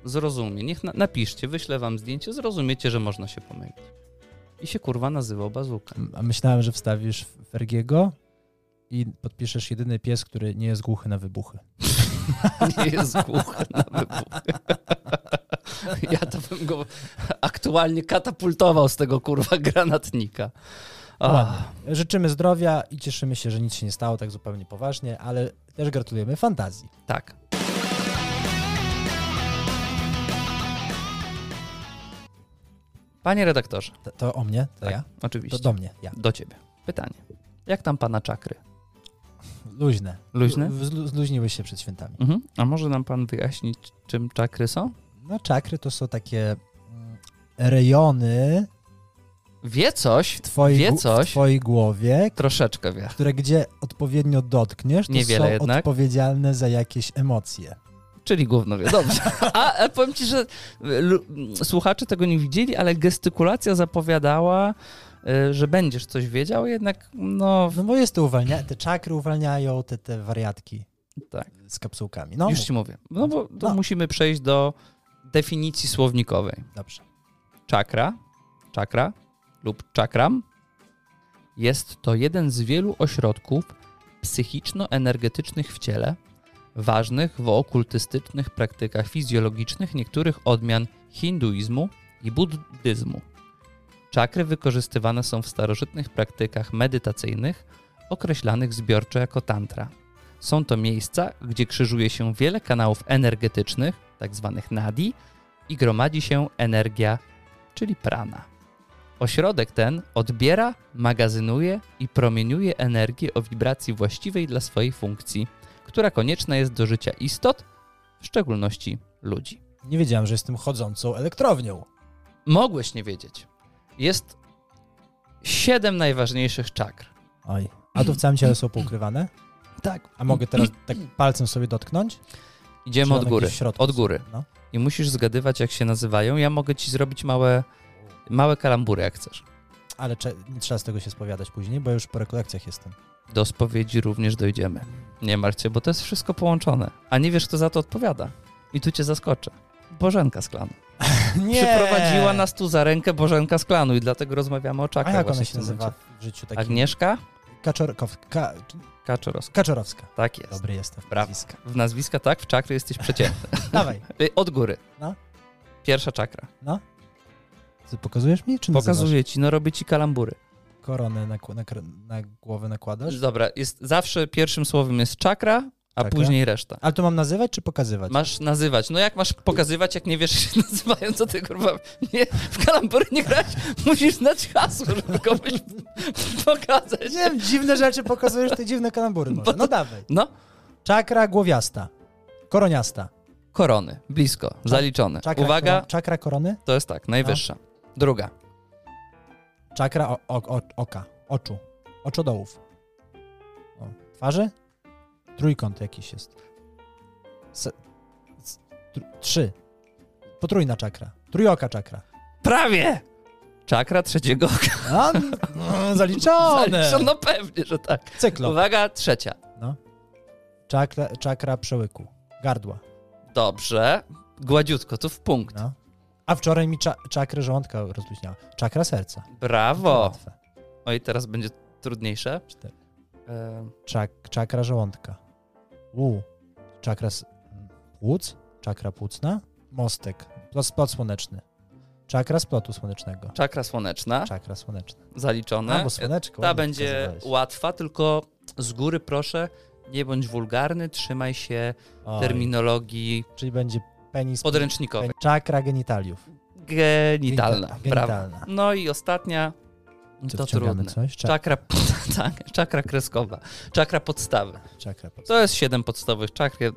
[SPEAKER 1] zrozumie. Niech na napiszcie, wyślę wam zdjęcie, zrozumiecie, że można się pomylić. I się kurwa nazywał Bazuka.
[SPEAKER 2] A myślałem, że wstawisz Fergiego i podpiszesz jedyny pies, który nie jest głuchy na wybuchy.
[SPEAKER 1] Nie jest głuchy na wybuchy. Ja to bym go aktualnie katapultował z tego kurwa granatnika.
[SPEAKER 2] Ładnie.
[SPEAKER 1] Ach,
[SPEAKER 2] Życzymy zdrowia i cieszymy się, że nic się nie stało tak zupełnie poważnie, ale też gratulujemy fantazji.
[SPEAKER 1] tak. Panie redaktorze,
[SPEAKER 2] To, to o mnie, to
[SPEAKER 1] Tak,
[SPEAKER 2] ja?
[SPEAKER 1] oczywiście.
[SPEAKER 2] To do mnie, ja.
[SPEAKER 1] Do ciebie. Pytanie. Jak tam pana czakry?
[SPEAKER 2] Luźne.
[SPEAKER 1] Luźne?
[SPEAKER 2] W- zlu- Zluźniły się przed świętami.
[SPEAKER 1] Mhm. A może nam pan wyjaśnić, czym czakry są?
[SPEAKER 2] No czakry to są takie mm, rejony
[SPEAKER 1] Wie coś,
[SPEAKER 2] w twojej,
[SPEAKER 1] Wie
[SPEAKER 2] gł-
[SPEAKER 1] coś.
[SPEAKER 2] W twojej głowie,
[SPEAKER 1] troszeczkę wie.
[SPEAKER 2] które gdzie odpowiednio dotkniesz, to
[SPEAKER 1] Niewiele
[SPEAKER 2] są
[SPEAKER 1] jednak.
[SPEAKER 2] odpowiedzialne za jakieś emocje.
[SPEAKER 1] Czyli gówno wie, dobrze. A e, powiem ci, że e, lu- m, słuchacze tego nie widzieli, ale gestykulacja zapowiadała, e, że będziesz coś wiedział, jednak no
[SPEAKER 2] No bo jest to uwalnia, te czakry uwalniają te, te wariatki
[SPEAKER 1] tak.
[SPEAKER 2] z kapsułkami. No,
[SPEAKER 1] Już ci mówię. No bo to
[SPEAKER 2] No.
[SPEAKER 1] musimy przejść do definicji słownikowej.
[SPEAKER 2] dobrze.
[SPEAKER 1] Czakra, czakra lub czakram jest to jeden z wielu ośrodków psychiczno-energetycznych w ciele, ważnych w okultystycznych praktykach fizjologicznych niektórych odmian hinduizmu i buddyzmu. Czakry wykorzystywane są w starożytnych praktykach medytacyjnych, określanych zbiorczo jako tantra. Są to miejsca, gdzie krzyżuje się wiele kanałów energetycznych, tzw. nadi, i gromadzi się energia czyli prana. Ośrodek ten odbiera, magazynuje i promieniuje energię o wibracji właściwej dla swojej funkcji, która konieczna jest do życia istot, w szczególności ludzi.
[SPEAKER 2] Nie wiedziałem, że jestem chodzącą elektrownią.
[SPEAKER 1] Mogłeś nie wiedzieć. Jest siedem najważniejszych czakr.
[SPEAKER 2] Oj. A tu w całym ciele są poukrywane?
[SPEAKER 1] Tak.
[SPEAKER 2] A mogę teraz tak palcem sobie dotknąć? Czy
[SPEAKER 1] Idziemy od
[SPEAKER 2] one
[SPEAKER 1] góry.
[SPEAKER 2] gdzieś w środku
[SPEAKER 1] Od
[SPEAKER 2] są?
[SPEAKER 1] góry.
[SPEAKER 2] No.
[SPEAKER 1] I musisz zgadywać, jak się nazywają. Ja mogę ci zrobić małe, małe kalambury, jak chcesz.
[SPEAKER 2] Ale cze- nie trzeba z tego się spowiadać później, bo już po rekolekcjach jestem.
[SPEAKER 1] Do spowiedzi również dojdziemy. Nie martw się, bo to jest wszystko połączone. A nie wiesz, kto za to odpowiada. I tu cię zaskoczę. Bożenka z klanu.
[SPEAKER 2] Nie!
[SPEAKER 1] Przyprowadziła nas tu za rękę Bożenka z klanu i dlatego rozmawiamy o
[SPEAKER 2] A
[SPEAKER 1] czakach.
[SPEAKER 2] jak ona
[SPEAKER 1] właśnie w
[SPEAKER 2] się
[SPEAKER 1] tym
[SPEAKER 2] nazywa
[SPEAKER 1] momencie.
[SPEAKER 2] w życiu takim?
[SPEAKER 1] Agnieszka
[SPEAKER 2] Kaczorkow- ka-
[SPEAKER 1] Kaczorowska.
[SPEAKER 2] Kaczorowska.
[SPEAKER 1] Tak jest.
[SPEAKER 2] Dobry jestem. w
[SPEAKER 1] Brawo.
[SPEAKER 2] nazwiska.
[SPEAKER 1] W nazwiska tak, w czakry jesteś przeciętny.
[SPEAKER 2] Dawaj.
[SPEAKER 1] Y, Od góry.
[SPEAKER 2] No.
[SPEAKER 1] Pierwsza czakra.
[SPEAKER 2] No. Ty pokazujesz mi, czy nazywasz?
[SPEAKER 1] Pokazuję ci, no robię ci kalambury.
[SPEAKER 2] Koronę na, na, na głowę nakładasz?
[SPEAKER 1] Dobra, jest zawsze pierwszym słowem jest czakra, a
[SPEAKER 2] Czakra.
[SPEAKER 1] później reszta.
[SPEAKER 2] Ale to mam nazywać czy pokazywać?
[SPEAKER 1] Masz nazywać. No jak masz pokazywać, jak nie wiesz, jak się nazywają, co ty kurwa, nie, w kalambury nie grać, musisz znać hasło, żeby komuś pokazać.
[SPEAKER 2] Nie wiem, dziwne rzeczy pokazujesz, te dziwne kalambury może.
[SPEAKER 1] Bo-
[SPEAKER 2] No dawaj.
[SPEAKER 1] No,
[SPEAKER 2] Czakra głowiasta. Koroniasta.
[SPEAKER 1] korony, blisko, zaliczone.
[SPEAKER 2] Czakra,
[SPEAKER 1] Uwaga,
[SPEAKER 2] koro- czakra korony?
[SPEAKER 1] to jest tak, najwyższa. Druga,
[SPEAKER 2] Czakra o, o, o, oka. Oczu. Oczodołów. O. Twarzy? Trójkąt jakiś jest. Se, s, tr, trzy. Potrójna czakra. Trójoka czakra.
[SPEAKER 1] prawie! Czakra trzeciego oka.
[SPEAKER 2] A, no, zaliczone.
[SPEAKER 1] No pewnie, że tak.
[SPEAKER 2] Cyklop.
[SPEAKER 1] Uwaga, trzecia.
[SPEAKER 2] No. Czakra, czakra przełyku. Gardła.
[SPEAKER 1] Dobrze. Gładziutko, tu w punkt.
[SPEAKER 2] No. A wczoraj mi cza czakry żołądka rozluźniała. Czakra serca. To
[SPEAKER 1] Brawo.
[SPEAKER 2] łatwe.
[SPEAKER 1] Oj, teraz będzie trudniejsze. E,
[SPEAKER 2] Cztery.
[SPEAKER 1] Em,
[SPEAKER 2] Czak czakra żołądka. U. Czakra s- płuc. Czakra płucna. Mostek. Plot, splot słoneczny. Czakra splotu słonecznego.
[SPEAKER 1] Czakra słoneczna,
[SPEAKER 2] Czakra słoneczna.
[SPEAKER 1] zaliczone.
[SPEAKER 2] A, bo słoneczko.
[SPEAKER 1] No, Ta
[SPEAKER 2] ładnie
[SPEAKER 1] będzie
[SPEAKER 2] wskazywałeś.
[SPEAKER 1] łatwa, tylko z góry proszę, nie bądź wulgarny, trzymaj się
[SPEAKER 2] Oj,
[SPEAKER 1] terminologii
[SPEAKER 2] Czyli będzie penis.
[SPEAKER 1] podręcznikowej.
[SPEAKER 2] pen- Czakra genitaliów.
[SPEAKER 1] Genitalna,
[SPEAKER 2] Genita-
[SPEAKER 1] prawda?
[SPEAKER 2] Genitalna.
[SPEAKER 1] No i ostatnia,
[SPEAKER 2] Czy
[SPEAKER 1] to
[SPEAKER 2] wciągamy
[SPEAKER 1] trudne.
[SPEAKER 2] Coś? Czak
[SPEAKER 1] Czakra, tak, czakra kreskowa, czakra podstawy.
[SPEAKER 2] czakra. pod-
[SPEAKER 1] To jest siedem podstawowych czakr. Ja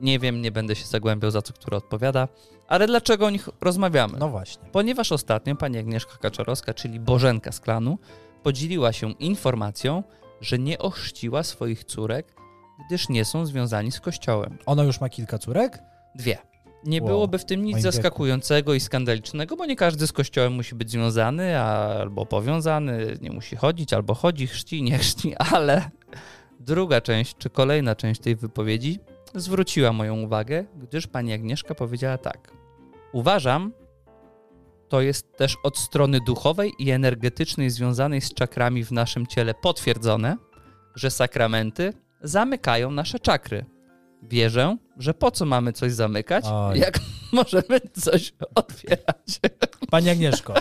[SPEAKER 1] Nie wiem, nie będę się zagłębiał za co, która odpowiada. Ale dlaczego o nich rozmawiamy?
[SPEAKER 2] No właśnie.
[SPEAKER 1] Ponieważ ostatnio pani Agnieszka Kaczorowska, czyli Bożenka z klanu, podzieliła się informacją, że nie ochrzciła swoich córek, gdyż nie są związani z kościołem.
[SPEAKER 2] Ona już ma kilka córek?
[SPEAKER 1] Dwie. Nie
[SPEAKER 2] Wow,
[SPEAKER 1] byłoby w tym nic
[SPEAKER 2] moim wieku.
[SPEAKER 1] zaskakującego i skandalicznego, bo nie każdy z kościołem musi być związany a- albo powiązany, nie musi chodzić, albo chodzi, chrzci, nie chrzci, ale druga część, czy kolejna część tej wypowiedzi zwróciła moją uwagę, gdyż pani Agnieszka powiedziała tak. Uważam, to jest też od strony duchowej i energetycznej związanej z czakrami w naszym ciele potwierdzone, że sakramenty zamykają nasze czakry. Wierzę, że po co mamy coś zamykać,
[SPEAKER 2] Oj.
[SPEAKER 1] jak możemy coś otwierać.
[SPEAKER 2] Pani Agnieszko,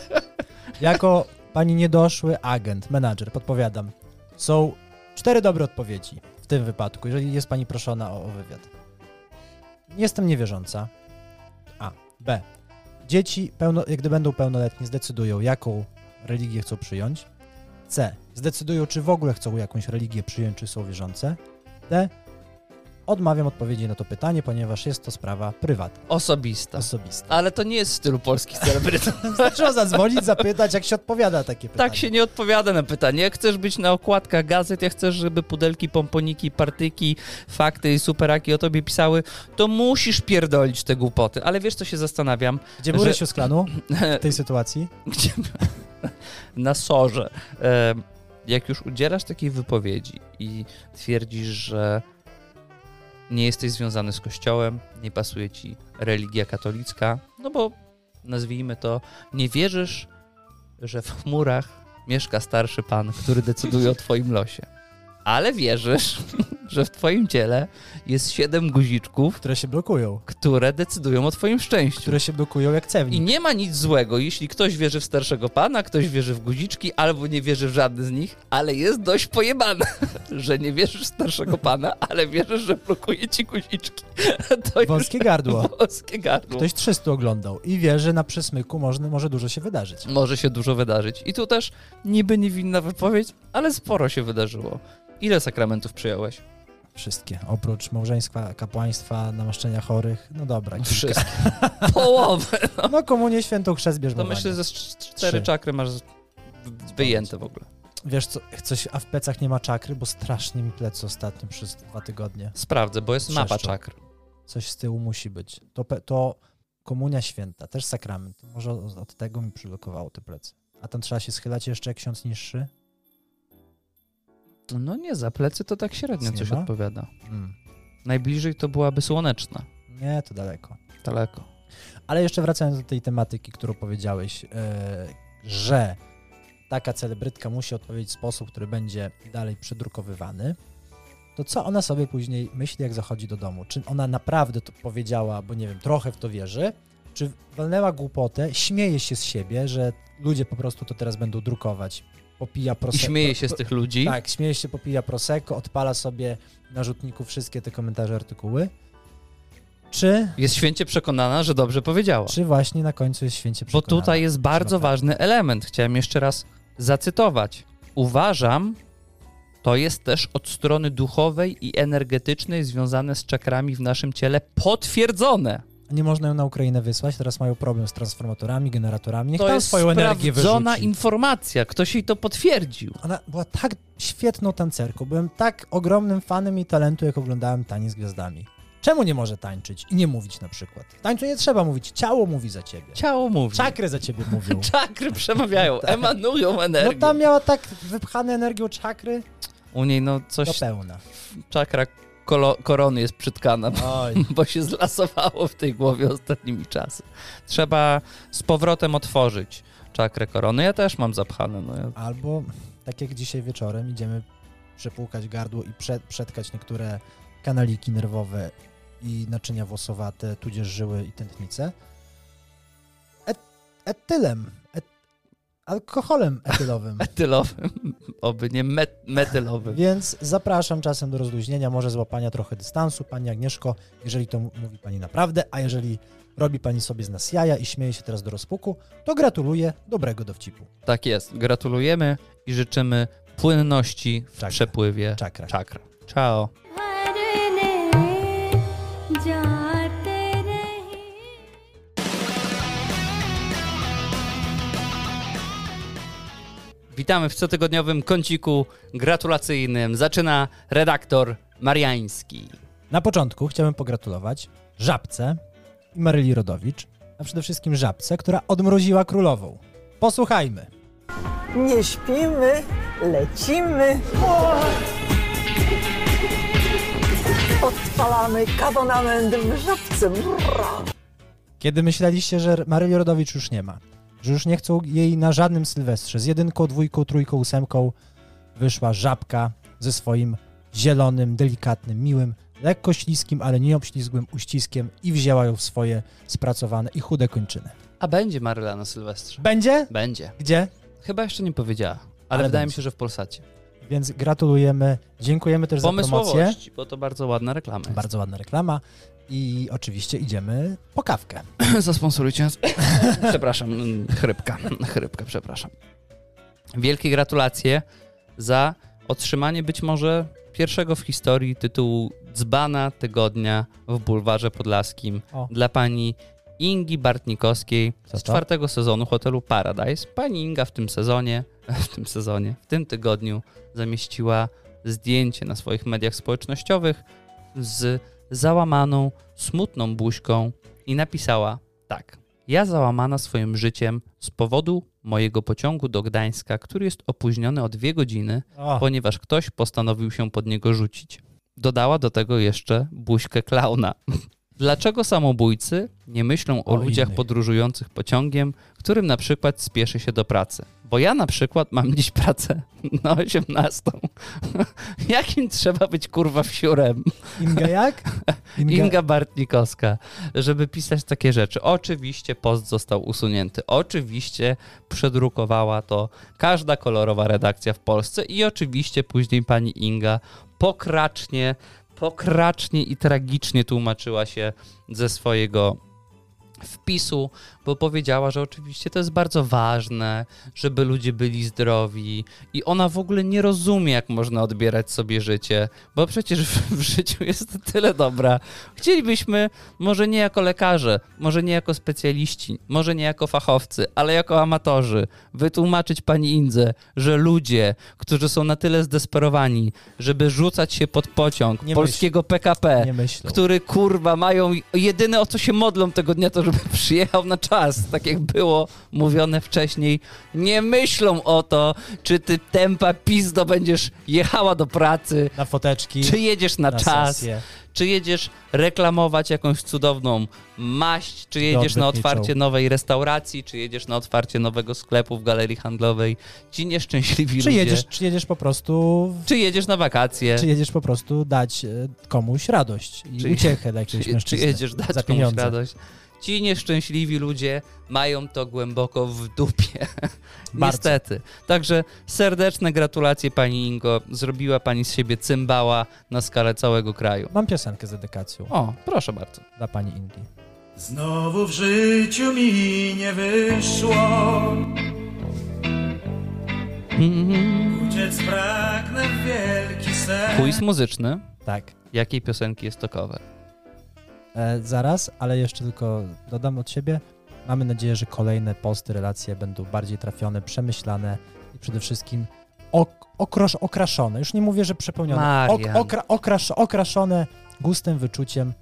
[SPEAKER 2] jako pani niedoszły agent, menadżer, podpowiadam, są cztery dobre odpowiedzi w tym wypadku, jeżeli jest pani proszona o, o wywiad. Jestem niewierząca. A. B. Dzieci, pełno, jak gdy będą pełnoletnie, zdecydują, jaką religię chcą przyjąć. C. Zdecydują, czy w ogóle chcą jakąś religię przyjąć, czy są wierzące. D. Odmawiam odpowiedzi na to pytanie, ponieważ jest to sprawa prywatna,
[SPEAKER 1] Osobista.
[SPEAKER 2] osobista.
[SPEAKER 1] Ale to nie jest w stylu polskich celebrytów.
[SPEAKER 2] Trzeba zadzwonić, zapytać, jak się odpowiada na takie pytanie.
[SPEAKER 1] Tak się nie odpowiada na pytanie. Jak chcesz być na okładkach gazet, jak chcesz, żeby pudelki, pomponiki, partyki, fakty i superaki o tobie pisały, to musisz pierdolić te głupoty. Ale wiesz, co się zastanawiam?
[SPEAKER 2] Gdzie
[SPEAKER 1] że-
[SPEAKER 2] był Rysiu z klanu w tej sytuacji?
[SPEAKER 1] Gdzie... na sorze. Em, Jak już udzielasz takiej wypowiedzi i twierdzisz, że nie jesteś związany z Kościołem, nie pasuje ci religia katolicka, no bo nazwijmy to, nie wierzysz, że w chmurach mieszka starszy pan, który decyduje o twoim losie. Ale wierzysz, że w twoim ciele jest siedem guziczków,
[SPEAKER 2] Które się blokują.
[SPEAKER 1] które decydują o twoim szczęściu.
[SPEAKER 2] Które się blokują jak
[SPEAKER 1] I
[SPEAKER 2] cewnik.
[SPEAKER 1] nie ma nic złego, jeśli ktoś wierzy w starszego pana, ktoś wierzy w guziczki, albo nie wierzy w żadny z nich, ale jest dość pojebane, że nie wierzysz w starszego pana, ale wierzysz, że blokuje ci guziczki. To
[SPEAKER 2] Wąskie
[SPEAKER 1] jest
[SPEAKER 2] gardło.
[SPEAKER 1] wąskie gardło.
[SPEAKER 2] Ktoś 300 oglądał i wie, że na przysmyku można, może dużo się wydarzyć.
[SPEAKER 1] Może się dużo wydarzyć. I tu też niby niewinna wypowiedź, ale sporo się wydarzyło. Ile sakramentów przyjąłeś?
[SPEAKER 2] Wszystkie. Oprócz małżeństwa, kapłaństwa, namaszczenia chorych. No dobra. kilka.
[SPEAKER 1] Wszystko. Połowę.
[SPEAKER 2] No komunię świętą chrzest
[SPEAKER 1] To
[SPEAKER 2] bierzmowanie.
[SPEAKER 1] myślę, że z cz- cztery
[SPEAKER 2] Trzy.
[SPEAKER 1] czakry masz z- wyjęte w ogóle.
[SPEAKER 2] Wiesz co, coś, a w plecach nie ma czakry, bo strasznie mi plecy ostatnio przez dwa tygodnie.
[SPEAKER 1] Sprawdzę, bo jest mapa
[SPEAKER 2] Trzeszczą.
[SPEAKER 1] czakr.
[SPEAKER 2] Coś z tyłu musi być. To, pe- to komunia święta, też sakrament. Może od od tego mi przyblokowało te plecy. A tam trzeba się schylać jeszcze jak ksiądz niższy?
[SPEAKER 1] No nie, za plecy to tak średnio
[SPEAKER 2] Nic nie
[SPEAKER 1] coś
[SPEAKER 2] ma?
[SPEAKER 1] odpowiada.
[SPEAKER 2] Mm.
[SPEAKER 1] Najbliżej to byłaby słoneczna.
[SPEAKER 2] Nie, to daleko.
[SPEAKER 1] Daleko.
[SPEAKER 2] Ale jeszcze wracając do tej tematyki, którą powiedziałeś, yy, że taka celebrytka musi odpowiedzieć w sposób, który będzie dalej przedrukowywany, to co ona sobie później myśli, jak zachodzi do domu? Czy ona naprawdę to powiedziała, bo nie wiem, trochę w to wierzy, Czy walnęła głupotę, śmieje się z siebie, że ludzie po prostu to teraz będą drukować. Popija
[SPEAKER 1] I
[SPEAKER 2] prosecco.
[SPEAKER 1] śmieje się z tych ludzi.
[SPEAKER 2] Tak, śmieje się, popija prosecco, odpala sobie na rzutniku wszystkie te komentarze, artykuły. Czy,
[SPEAKER 1] Jest święcie przekonana, że dobrze powiedziała.
[SPEAKER 2] czy właśnie na końcu jest święcie
[SPEAKER 1] Bo
[SPEAKER 2] przekonana?
[SPEAKER 1] tutaj jest bardzo
[SPEAKER 2] Przekonana.
[SPEAKER 1] ważny element. Chciałem jeszcze raz zacytować. Uważam, to jest też od strony duchowej i energetycznej związane z czakrami w naszym ciele potwierdzone.
[SPEAKER 2] Nie można ją na Ukrainę wysłać, teraz mają problem z transformatorami, generatorami. Niech
[SPEAKER 1] to
[SPEAKER 2] tam
[SPEAKER 1] jest
[SPEAKER 2] swoją energię
[SPEAKER 1] sprawdzona
[SPEAKER 2] wyrzuci.
[SPEAKER 1] informacja. Ktoś jej to potwierdził.
[SPEAKER 2] Ona była tak świetną tancerką, byłem tak ogromnym fanem jej talentu, jak oglądałem Tanie z Gwiazdami. Czemu nie może tańczyć i nie mówić na przykład? W tańcu nie trzeba mówić, ciało mówi za ciebie.
[SPEAKER 1] Ciało mówi.
[SPEAKER 2] Czakry za ciebie mówią.
[SPEAKER 1] Czakry przemawiają, emanują
[SPEAKER 2] No
[SPEAKER 1] energię.
[SPEAKER 2] tam miała tak wypchane energią czakry
[SPEAKER 1] U niej no
[SPEAKER 2] do
[SPEAKER 1] coś,
[SPEAKER 2] pełna.
[SPEAKER 1] czakra kolo, korony jest przytkana,
[SPEAKER 2] Oj,
[SPEAKER 1] bo się zlasowało w tej głowie ostatnimi czasy. Trzeba z powrotem otworzyć czakrę korony. Ja też mam zapchane. No ja...
[SPEAKER 2] Albo tak jak dzisiaj wieczorem idziemy przepłukać gardło i prze, przetkać niektóre kanaliki nerwowe i naczynia włosowate, tudzież żyły i tętnice. Et, etylem. Et, alkoholem etylowym.
[SPEAKER 1] Etylowym, oby nie met, metylowym.
[SPEAKER 2] Więc zapraszam czasem do rozluźnienia, może złapania trochę dystansu. Pani Agnieszko, jeżeli to m- mówi Pani naprawdę, a jeżeli robi Pani sobie z nas jaja i śmieje się teraz do rozpuku, to gratuluję dobrego dowcipu.
[SPEAKER 1] Tak jest. Gratulujemy i życzymy płynności w
[SPEAKER 2] Czakra.
[SPEAKER 1] przepływie
[SPEAKER 2] Czakra.
[SPEAKER 1] czakr. Ciao.
[SPEAKER 3] हरने जाते रहे
[SPEAKER 1] Witamy w cotygodniowym kąciku gratulacyjnym. Zaczyna redaktor Mariański.
[SPEAKER 2] Na początku chciałbym pogratulować Żabce i Maryli Rodowicz, a przede wszystkim Żabce, która odmroziła królową. Posłuchajmy.
[SPEAKER 4] Nie śpimy, lecimy. Odpalamy kabonamentem żabce. Mrra.
[SPEAKER 2] Kiedy myśleliście, że Maryli Rodowicz już nie ma, że już nie chcą jej na żadnym sylwestrze, z jedynką, dwójką, trójką, ósemką wyszła Żabka ze swoim zielonym, delikatnym, miłym, lekko śliskim, ale nie obślizgłym uściskiem i wzięła ją w swoje spracowane i chude kończyny.
[SPEAKER 1] A będzie Maryla na Sylwestrze.
[SPEAKER 2] Będzie?
[SPEAKER 1] Będzie.
[SPEAKER 2] Gdzie?
[SPEAKER 1] Chyba jeszcze nie powiedziała, ale,
[SPEAKER 2] Ale
[SPEAKER 1] wydaje mi
[SPEAKER 2] będzie.
[SPEAKER 1] się, że w Polsacie.
[SPEAKER 2] Więc gratulujemy, dziękujemy też za promocję.
[SPEAKER 1] Pomysłowość, bo to bardzo ładna reklama. Jest.
[SPEAKER 2] Bardzo ładna reklama. I oczywiście idziemy po kawkę.
[SPEAKER 1] Zasponsorujcie nas. przepraszam, mm, chrypka, chrypka, przepraszam. Wielkie gratulacje za otrzymanie być może pierwszego w historii tytułu Dzbana Tygodnia w Bulwarze Podlaskim
[SPEAKER 2] O.
[SPEAKER 1] dla pani Ingi Bartnikowskiej
[SPEAKER 2] Co
[SPEAKER 1] z
[SPEAKER 2] to?
[SPEAKER 1] czwartego sezonu hotelu Paradise. Pani Inga w tym sezonie, w tym sezonie, w tym tygodniu zamieściła zdjęcie na swoich mediach społecznościowych z załamaną, smutną buźką i napisała tak. Ja załamana swoim życiem z powodu mojego pociągu do Gdańska, który jest opóźniony o dwie godziny,
[SPEAKER 2] O,
[SPEAKER 1] ponieważ ktoś postanowił się pod niego rzucić. Dodała do tego jeszcze buźkę klauna. Dlaczego samobójcy nie myślą o,
[SPEAKER 2] O
[SPEAKER 1] ludziach
[SPEAKER 2] innych.
[SPEAKER 1] podróżujących pociągiem, którym na przykład spieszy się do pracy? Bo ja na przykład mam dziś pracę na 18. Jakim trzeba być kurwa wsiurem?
[SPEAKER 2] Inga jak?
[SPEAKER 1] Inga Bartnikowska, żeby pisać takie rzeczy. Oczywiście post został usunięty. Oczywiście przedrukowała to każda kolorowa redakcja w Polsce i oczywiście później pani Inga pokracznie, pokracznie i tragicznie tłumaczyła się ze swojego wpisu, bo powiedziała, że oczywiście to jest bardzo ważne, żeby ludzie byli zdrowi i ona w ogóle nie rozumie, jak można odbierać sobie życie, bo przecież w, w życiu jest tyle dobra. Chcielibyśmy, może nie jako lekarze, może nie jako specjaliści, może nie jako fachowcy, ale jako amatorzy, wytłumaczyć pani Indze, że ludzie, którzy są na tyle zdesperowani, żeby rzucać się pod pociąg
[SPEAKER 2] Nie
[SPEAKER 1] polskiego PKP,
[SPEAKER 2] Nie myślę.
[SPEAKER 1] No. który kurwa mają jedyne o co się modlą tego dnia to żeby przyjechał na czas, tak jak było mówione wcześniej. Nie myślą o to, czy ty tempa pizdo będziesz jechała do pracy,
[SPEAKER 2] Na foteczki,
[SPEAKER 1] czy jedziesz na,
[SPEAKER 2] na
[SPEAKER 1] czas,
[SPEAKER 2] sesję.
[SPEAKER 1] czy jedziesz reklamować jakąś cudowną maść, czy jedziesz na
[SPEAKER 2] Dobry
[SPEAKER 1] otwarcie
[SPEAKER 2] pieczą.
[SPEAKER 1] nowej restauracji, czy jedziesz na otwarcie nowego sklepu w galerii handlowej. Ci nieszczęśliwi
[SPEAKER 2] Czy
[SPEAKER 1] ludzie.
[SPEAKER 2] jedziesz, czy jedziesz po prostu...
[SPEAKER 1] czy jedziesz na wakacje?
[SPEAKER 2] Czy jedziesz po prostu dać e, komuś radość i
[SPEAKER 1] Czy-
[SPEAKER 2] uciechę dla jakiegoś
[SPEAKER 1] Czy, czy
[SPEAKER 2] mężczyzny
[SPEAKER 1] jedziesz dać
[SPEAKER 2] za
[SPEAKER 1] komuś
[SPEAKER 2] pieniądze.
[SPEAKER 1] radość? Ci nieszczęśliwi ludzie mają to głęboko w dupie. Niestety. Także serdeczne gratulacje pani Ingo. Zrobiła pani z siebie cymbała na skalę całego kraju.
[SPEAKER 2] Mam piosenkę z dedykacją
[SPEAKER 1] O, proszę bardzo.
[SPEAKER 2] dla pani Ingi.
[SPEAKER 5] Znowu w życiu mi nie wyszło Uciec pragnę w wielki sen
[SPEAKER 1] Quiz muzyczny.
[SPEAKER 2] Tak.
[SPEAKER 1] Jakiej piosenki jest to cover?
[SPEAKER 2] E, zaraz, ale jeszcze tylko dodam od siebie. Mamy nadzieję, że kolejne posty, relacje będą bardziej trafione, przemyślane i przede wszystkim ok- okrosz, okraszone. Już nie mówię, że przepełnione. Ok-
[SPEAKER 1] Marian.
[SPEAKER 2] okra- okrasz- okraszone gustem, wyczuciem.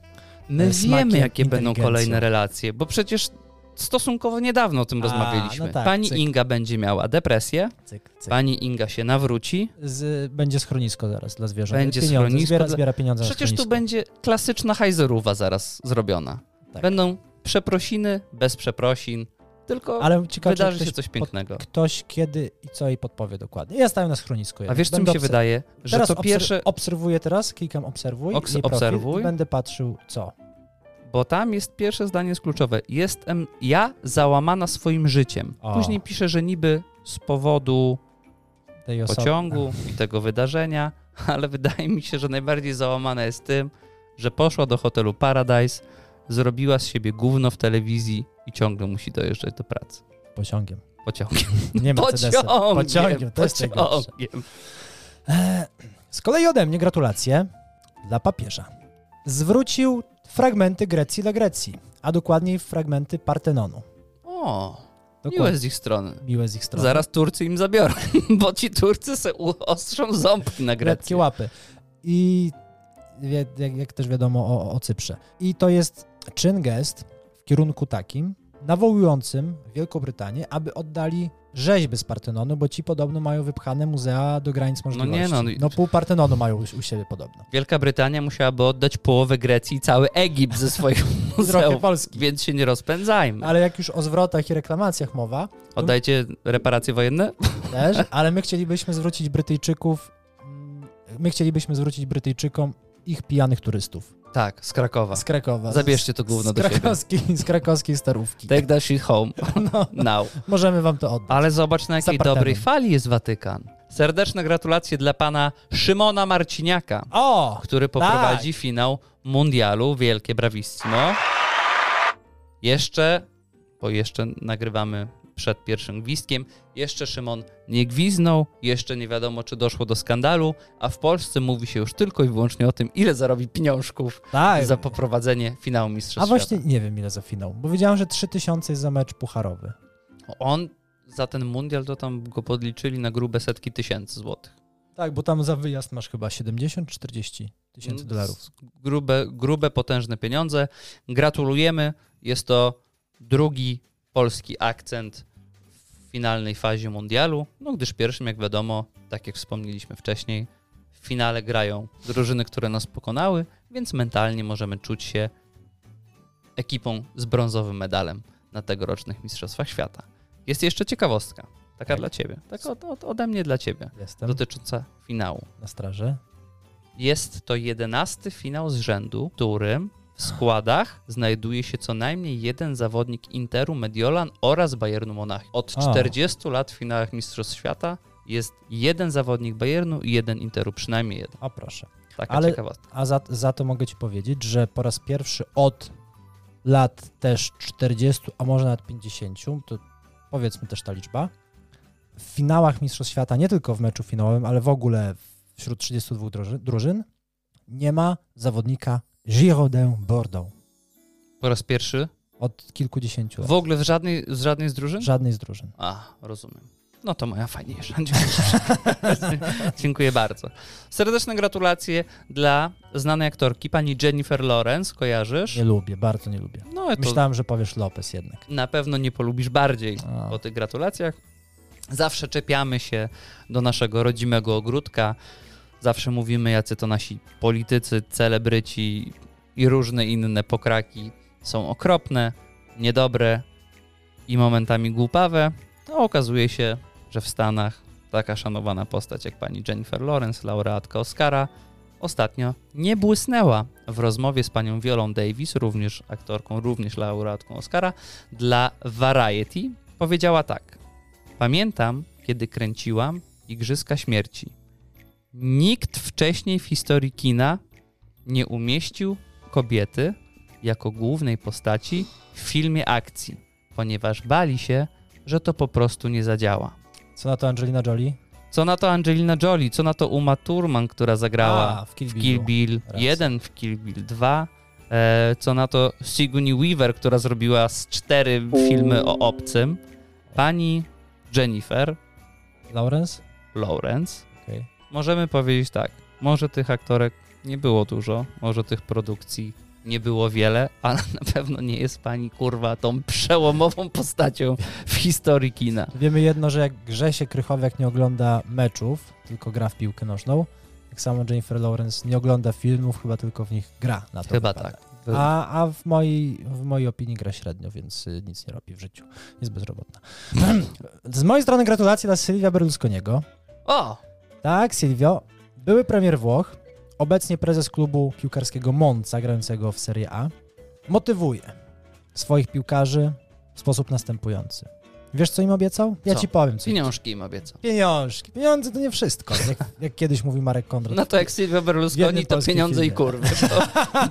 [SPEAKER 1] My
[SPEAKER 2] Smakiem,
[SPEAKER 1] wiemy, jakie będą
[SPEAKER 2] inteligencją.
[SPEAKER 1] kolejne relacje, bo przecież stosunkowo niedawno o tym
[SPEAKER 2] A,
[SPEAKER 1] rozmawialiśmy.
[SPEAKER 2] no tak,
[SPEAKER 1] pani
[SPEAKER 2] cyk. Tak.
[SPEAKER 1] Inga będzie miała depresję,
[SPEAKER 2] Cyk, cyk.
[SPEAKER 1] pani Inga się nawróci.
[SPEAKER 2] Z, będzie schronisko zaraz dla zwierząt.
[SPEAKER 1] Będzie
[SPEAKER 2] pieniądze.
[SPEAKER 1] schronisko
[SPEAKER 2] Zbiera,
[SPEAKER 1] dla-
[SPEAKER 2] zbiera pieniądze na
[SPEAKER 1] Przecież tu
[SPEAKER 2] schronisko.
[SPEAKER 1] będzie klasyczna hajzerówa zaraz zrobiona.
[SPEAKER 2] Tak.
[SPEAKER 1] Będą przeprosiny bez przeprosin, tylko
[SPEAKER 2] Ale ciekawe, czy
[SPEAKER 1] wydarzy
[SPEAKER 2] ktoś
[SPEAKER 1] się coś
[SPEAKER 2] pod-
[SPEAKER 1] pięknego.
[SPEAKER 2] Ktoś kiedy i co jej podpowie dokładnie. Ja stałem na
[SPEAKER 1] A
[SPEAKER 2] schronisku. jednak.
[SPEAKER 1] wiesz, co mi
[SPEAKER 2] Będę
[SPEAKER 1] się
[SPEAKER 2] obser-
[SPEAKER 1] wydaje? Że
[SPEAKER 2] Teraz
[SPEAKER 1] to pierwsze,
[SPEAKER 2] obserwuję teraz, klikam obserwuj,
[SPEAKER 1] Oks-
[SPEAKER 2] jej profil
[SPEAKER 1] obserwuj.
[SPEAKER 2] i będę patrzył co.
[SPEAKER 1] bo tam jest pierwsze zdanie jest kluczowe. Jestem ja załamana swoim życiem.
[SPEAKER 2] O.
[SPEAKER 1] Później pisze, że niby z powodu
[SPEAKER 2] Tej osoby.
[SPEAKER 1] pociągu i tego wydarzenia, ale wydaje mi się, że najbardziej załamana jest tym, że poszła do hotelu Paradise, zrobiła z siebie gówno w telewizji i ciągle musi dojeżdżać do pracy.
[SPEAKER 2] Tak, Pociągiem.
[SPEAKER 1] Pociągiem.
[SPEAKER 2] Nie ma
[SPEAKER 1] Pociągiem.
[SPEAKER 2] Pociągiem, to jest najgorsze.
[SPEAKER 1] pociągiem.
[SPEAKER 2] Z kolei ode mnie gratulacje dla papieża. Zwrócił fragmenty Grecji dla Grecji, a dokładniej fragmenty Partenonu.
[SPEAKER 1] O, miłe
[SPEAKER 2] Dokładnie.
[SPEAKER 1] z ich strony.
[SPEAKER 2] Miłe z ich strony.
[SPEAKER 1] Zaraz Turcy im zabiorą, bo ci Turcy se uostrzą ząbki na
[SPEAKER 2] Greckie
[SPEAKER 1] Grecję.
[SPEAKER 2] łapy. I wie- jak, jak też wiadomo o, o Cyprze. I to jest czyn gest w kierunku takim, nawołującym Wielką Brytanię, aby oddali rzeźby z Partenonu, bo ci podobno mają wypchane muzea do granic możliwości.
[SPEAKER 1] nie, no.
[SPEAKER 2] no pół Partenonu mają u, u siebie podobno.
[SPEAKER 1] Wielka Brytania musiałaby oddać połowę Grecji i cały Egipt ze swoich
[SPEAKER 2] Trochę
[SPEAKER 1] muzeów,
[SPEAKER 2] Polski.
[SPEAKER 1] więc się nie rozpędzajmy.
[SPEAKER 2] Ale jak już o zwrotach i reklamacjach mowa,
[SPEAKER 1] Oddajcie reparacje wojenne?
[SPEAKER 2] też, ale my chcielibyśmy zwrócić Brytyjczyków, mm, my chcielibyśmy zwrócić Brytyjczykom ich pijanych turystów.
[SPEAKER 1] Tak, z Krakowa.
[SPEAKER 2] Z Krakowa.
[SPEAKER 1] Zabierzcie to gówno
[SPEAKER 2] z
[SPEAKER 1] do siebie.
[SPEAKER 2] krakowskiej, Z krakowskiej starówki.
[SPEAKER 1] Take that shit home
[SPEAKER 2] No,
[SPEAKER 1] now.
[SPEAKER 2] możemy wam to oddać.
[SPEAKER 1] Ale zobacz, na jakiej
[SPEAKER 2] Zapartamy.
[SPEAKER 1] dobrej fali jest Watykan. Serdeczne gratulacje dla pana Szymona Marciniaka,
[SPEAKER 2] O!
[SPEAKER 1] który poprowadzi finał mundialu. Wielkie brawissimo. Jeszcze, bo jeszcze nagrywamy przed pierwszym gwizdkiem, jeszcze Szymon nie gwiznął, jeszcze nie wiadomo, czy doszło do skandalu, a w Polsce mówi się już tylko i wyłącznie o tym, ile zarobi pieniążków
[SPEAKER 2] Tak.
[SPEAKER 1] za poprowadzenie finału Mistrzostw
[SPEAKER 2] A właśnie
[SPEAKER 1] Świata.
[SPEAKER 2] nie wiem ile za finał, bo wiedziałem, że 3000 jest za mecz pucharowy.
[SPEAKER 1] On za ten mundial to tam go podliczyli na grube setki tysięcy złotych.
[SPEAKER 2] Tak, bo tam za wyjazd masz chyba 70-40 tysięcy
[SPEAKER 1] No,
[SPEAKER 2] dolarów.
[SPEAKER 1] S- Mm, Grube, grube, potężne pieniądze. Gratulujemy. Jest to drugi polski akcent w finalnej fazie mundialu, no gdyż pierwszym, jak wiadomo, tak jak wspomnieliśmy wcześniej, w finale grają drużyny, które nas pokonały, więc mentalnie możemy czuć się ekipą z brązowym medalem na tegorocznych Mistrzostwach Świata. Jest jeszcze ciekawostka, taka
[SPEAKER 2] Tak.
[SPEAKER 1] dla Ciebie, taka od, od, ode mnie dla Ciebie,
[SPEAKER 2] Jestem
[SPEAKER 1] dotycząca finału.
[SPEAKER 2] na straży.
[SPEAKER 1] Jest to jedenasty finał z rzędu, w którym w składach znajduje się co najmniej jeden zawodnik Interu Mediolan oraz Bayernu Monachium. Od
[SPEAKER 2] O.
[SPEAKER 1] 40 lat w finałach Mistrzostw Świata jest jeden zawodnik Bayernu i jeden Interu, przynajmniej jeden.
[SPEAKER 2] O proszę.
[SPEAKER 1] Taka
[SPEAKER 2] Ale-
[SPEAKER 1] ciekawostka.
[SPEAKER 2] A za, za to mogę ci powiedzieć, że po raz pierwszy od lat też 40, a może nawet 50, to powiedzmy też ta liczba, w finałach Mistrzostw Świata, nie tylko w meczu finałowym, ale w ogóle wśród 32 drużyn, drużyn nie ma zawodnika Girondin Bordeaux
[SPEAKER 1] Po raz pierwszy?
[SPEAKER 2] od kilkudziesięciu
[SPEAKER 1] W
[SPEAKER 2] lat.
[SPEAKER 1] ogóle w żadnej, z żadnej z drużyn?
[SPEAKER 2] Żadnej z drużyn.
[SPEAKER 1] A, rozumiem. No to moja fajniejsza. Dziękuję. Dziękuję bardzo. Serdeczne gratulacje dla znanej aktorki, pani Jennifer Lawrence, kojarzysz?
[SPEAKER 2] Nie lubię, bardzo nie lubię.
[SPEAKER 1] No to
[SPEAKER 2] Myślałem, że powiesz Lopez jednak.
[SPEAKER 1] na pewno nie polubisz bardziej
[SPEAKER 2] A,
[SPEAKER 1] po tych gratulacjach. Zawsze czepiamy się do naszego rodzimego ogródka. Zawsze mówimy, jacy to nasi politycy, celebryci i różne inne pokraki są okropne, niedobre i momentami głupawe. A okazuje się, że w Stanach taka szanowana postać jak pani Jennifer Lawrence, laureatka Oscara, ostatnio nie błysnęła w rozmowie z panią Violą Davis, również aktorką, również laureatką Oscara, dla Variety. Powiedziała tak. Pamiętam, kiedy kręciłam Igrzyska Śmierci. Nikt wcześniej w historii kina nie umieścił kobiety jako głównej postaci w filmie akcji, ponieważ bali się, że to po prostu nie zadziała.
[SPEAKER 2] Co na to Angelina Jolie?
[SPEAKER 1] Co na to Angelina Jolie, co na to Uma Thurman, która zagrała
[SPEAKER 2] A, w Kill
[SPEAKER 1] w Kill
[SPEAKER 2] Billu.
[SPEAKER 1] Bill
[SPEAKER 2] Raz.
[SPEAKER 1] 1, w Kill Bill 2, e, co na to Sigourney Weaver, która zrobiła z cztery filmy o obcym, pani Jennifer
[SPEAKER 2] Lawrence?
[SPEAKER 1] Lawrence.
[SPEAKER 2] Okej.
[SPEAKER 1] Możemy powiedzieć tak, może tych aktorek nie było dużo, może tych produkcji nie było wiele, ale na pewno nie jest pani kurwa tą przełomową postacią w historii kina.
[SPEAKER 2] Wiemy jedno, że jak Grzesie Krychowiak nie ogląda meczów, tylko gra w piłkę nożną, tak samo Jennifer Lawrence nie ogląda filmów, chyba tylko w nich gra na to
[SPEAKER 1] Chyba
[SPEAKER 2] wypada.
[SPEAKER 1] tak.
[SPEAKER 2] A, a w, mojej, w mojej opinii gra średnio, więc y, nic nie robi w życiu. Jest bezrobotna. Z mojej strony gratulacje dla Sylwia Berlusconiego.
[SPEAKER 1] O!
[SPEAKER 2] Tak, Silvio. Były premier Włoch, obecnie prezes klubu piłkarskiego Monza, grającego w Serie A, motywuje swoich piłkarzy w sposób następujący. Wiesz, co im obiecał? Ja
[SPEAKER 1] Co?
[SPEAKER 2] ci powiem, co im-
[SPEAKER 1] Pieniążki im obiecał.
[SPEAKER 2] Pieniążki. Pieniądze to nie wszystko, jak, jak kiedyś mówił Marek Kondrat.
[SPEAKER 1] No to jak Silvio
[SPEAKER 2] W jednym
[SPEAKER 1] Berlusconi, to
[SPEAKER 2] polskim
[SPEAKER 1] pieniądze i
[SPEAKER 2] filmie.
[SPEAKER 1] kurwy.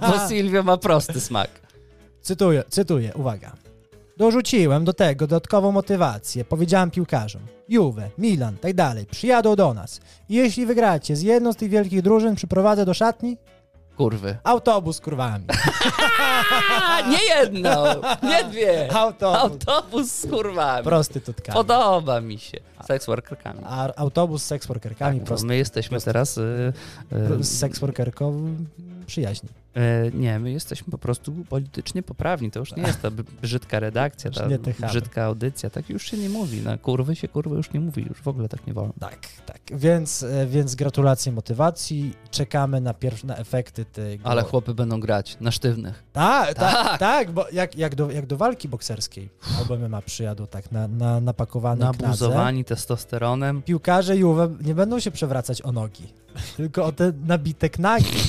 [SPEAKER 1] Bo, bo Silvio ma prosty smak.
[SPEAKER 2] Cytuję, cytuję, uwaga. Dorzuciłem do tego dodatkową motywację. Powiedziałem piłkarzom. Juve, Milan, tak dalej, przyjadą do nas. I jeśli wygracie z jedną z tych wielkich drużyn, przyprowadzę do szatni
[SPEAKER 1] Kurwy.
[SPEAKER 2] autobus kurwami.
[SPEAKER 1] A, nie jedną! Nie dwie!
[SPEAKER 2] Autobus.
[SPEAKER 1] Autobus z kurwami.
[SPEAKER 2] Prostytutkami.
[SPEAKER 1] Podoba mi się. Sex workerkami.
[SPEAKER 2] A autobus z seksworkerkami,
[SPEAKER 1] Bo
[SPEAKER 2] prost,
[SPEAKER 1] my jesteśmy teraz... Y, y,
[SPEAKER 2] z seksworkerką przyjaźni.
[SPEAKER 1] E, nie, my jesteśmy po prostu politycznie poprawni. To już nie jest ta b- brzydka redakcja,
[SPEAKER 2] Już
[SPEAKER 1] ta
[SPEAKER 2] nie te chamy.
[SPEAKER 1] brzydka audycja. Tak już się nie mówi. Na kurwy się kurwy już nie mówi. Już w ogóle tak nie wolno.
[SPEAKER 2] Tak, tak. Więc, e, więc gratulacje motywacji. Czekamy na pierwsze na efekty tego.
[SPEAKER 1] Ale chłopy będą grać na sztywnych.
[SPEAKER 2] Tak,
[SPEAKER 1] Tak.
[SPEAKER 2] tak, tak, bo jak, jak, do, jak do walki bokserskiej albo MMA przyjadą tak na, na napakowany knadze.
[SPEAKER 1] Nabuzowani testosteronem.
[SPEAKER 2] Piłkarze Juve nie będą się przewracać o nogi, tylko o te nabite knagi.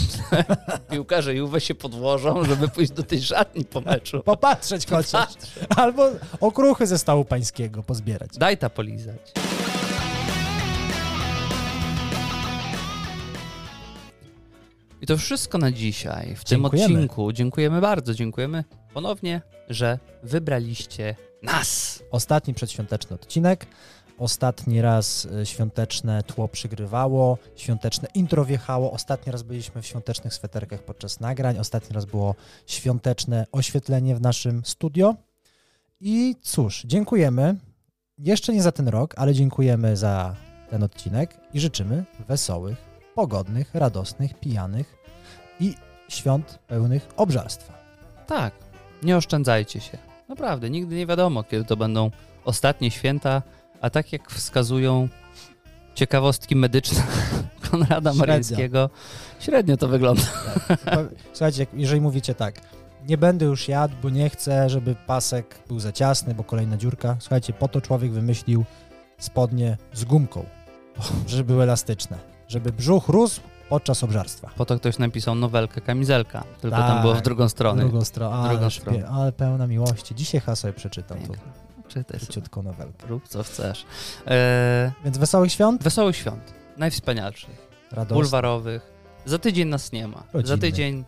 [SPEAKER 1] Piłkarze Juve się podłożą, żeby pójść do tej szatni po meczu. Tak.
[SPEAKER 2] Popatrzeć chociaż. Albo okruchy ze stołu pańskiego pozbierać.
[SPEAKER 1] Daj ta polizać. I to wszystko na dzisiaj w tym
[SPEAKER 2] Dziękujemy.
[SPEAKER 1] odcinku. Dziękujemy bardzo, dziękujemy ponownie, że wybraliście nas.
[SPEAKER 2] Ostatni przedświąteczny odcinek. Ostatni raz y, świąteczne tło przygrywało, świąteczne intro wjechało, ostatni raz byliśmy w świątecznych sweterkach podczas nagrań, ostatni raz było świąteczne oświetlenie w naszym studio. I cóż, dziękujemy. Jeszcze nie za ten rok, ale dziękujemy za ten odcinek i życzymy wesołych, pogodnych, radosnych, pijanych i świąt pełnych obżarstwa.
[SPEAKER 1] Tak, nie oszczędzajcie się. Naprawdę, nigdy nie wiadomo, kiedy to będą ostatnie święta, a tak jak wskazują ciekawostki medyczne Konrada
[SPEAKER 2] Średnio.
[SPEAKER 1] Maryńskiego, średnio to wygląda.
[SPEAKER 2] Po- Słuchajcie, jak- jeżeli mówicie tak, nie będę już jadł, bo nie chcę, żeby pasek był za ciasny, bo kolejna dziurka. Słuchajcie, po to człowiek wymyślił spodnie z gumką, żeby były elastyczne, żeby brzuch rósł podczas obżarstwa.
[SPEAKER 1] Po to ktoś napisał nowelkę, kamizelka, tylko tam
[SPEAKER 2] Tak.
[SPEAKER 1] było w drugą stronę.
[SPEAKER 2] Drugą stronę, ale,
[SPEAKER 1] Drugą
[SPEAKER 2] szpie-
[SPEAKER 1] stronę.
[SPEAKER 2] ale pełna miłości. Dzisiaj ha sobie przeczytam tą
[SPEAKER 1] Piękna. Czytaj sobie,
[SPEAKER 2] króciutką nowelkę.
[SPEAKER 1] rób co chcesz. Eee,
[SPEAKER 2] Więc wesołych świąt,
[SPEAKER 1] wesołych świąt, najwspanialszych,
[SPEAKER 2] radości.
[SPEAKER 1] bulwarowych. Za tydzień nas nie ma. Za
[SPEAKER 2] Rodzinnych.
[SPEAKER 1] tydzień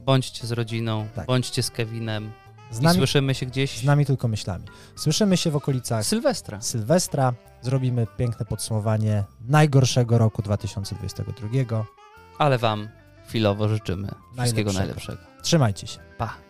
[SPEAKER 1] bądźcie z rodziną,
[SPEAKER 2] Tak.
[SPEAKER 1] bądźcie z Kevinem
[SPEAKER 2] Z
[SPEAKER 1] i
[SPEAKER 2] nami,
[SPEAKER 1] słyszymy się gdzieś
[SPEAKER 2] z nami tylko myślami. Słyszymy się w okolicach
[SPEAKER 1] Sylwestra.
[SPEAKER 2] Sylwestra. Zrobimy piękne podsumowanie najgorszego roku 2022.
[SPEAKER 1] Ale wam chwilowo życzymy wszystkiego
[SPEAKER 2] Najlepszego.
[SPEAKER 1] najlepszego.
[SPEAKER 2] Trzymajcie się.
[SPEAKER 1] Pa!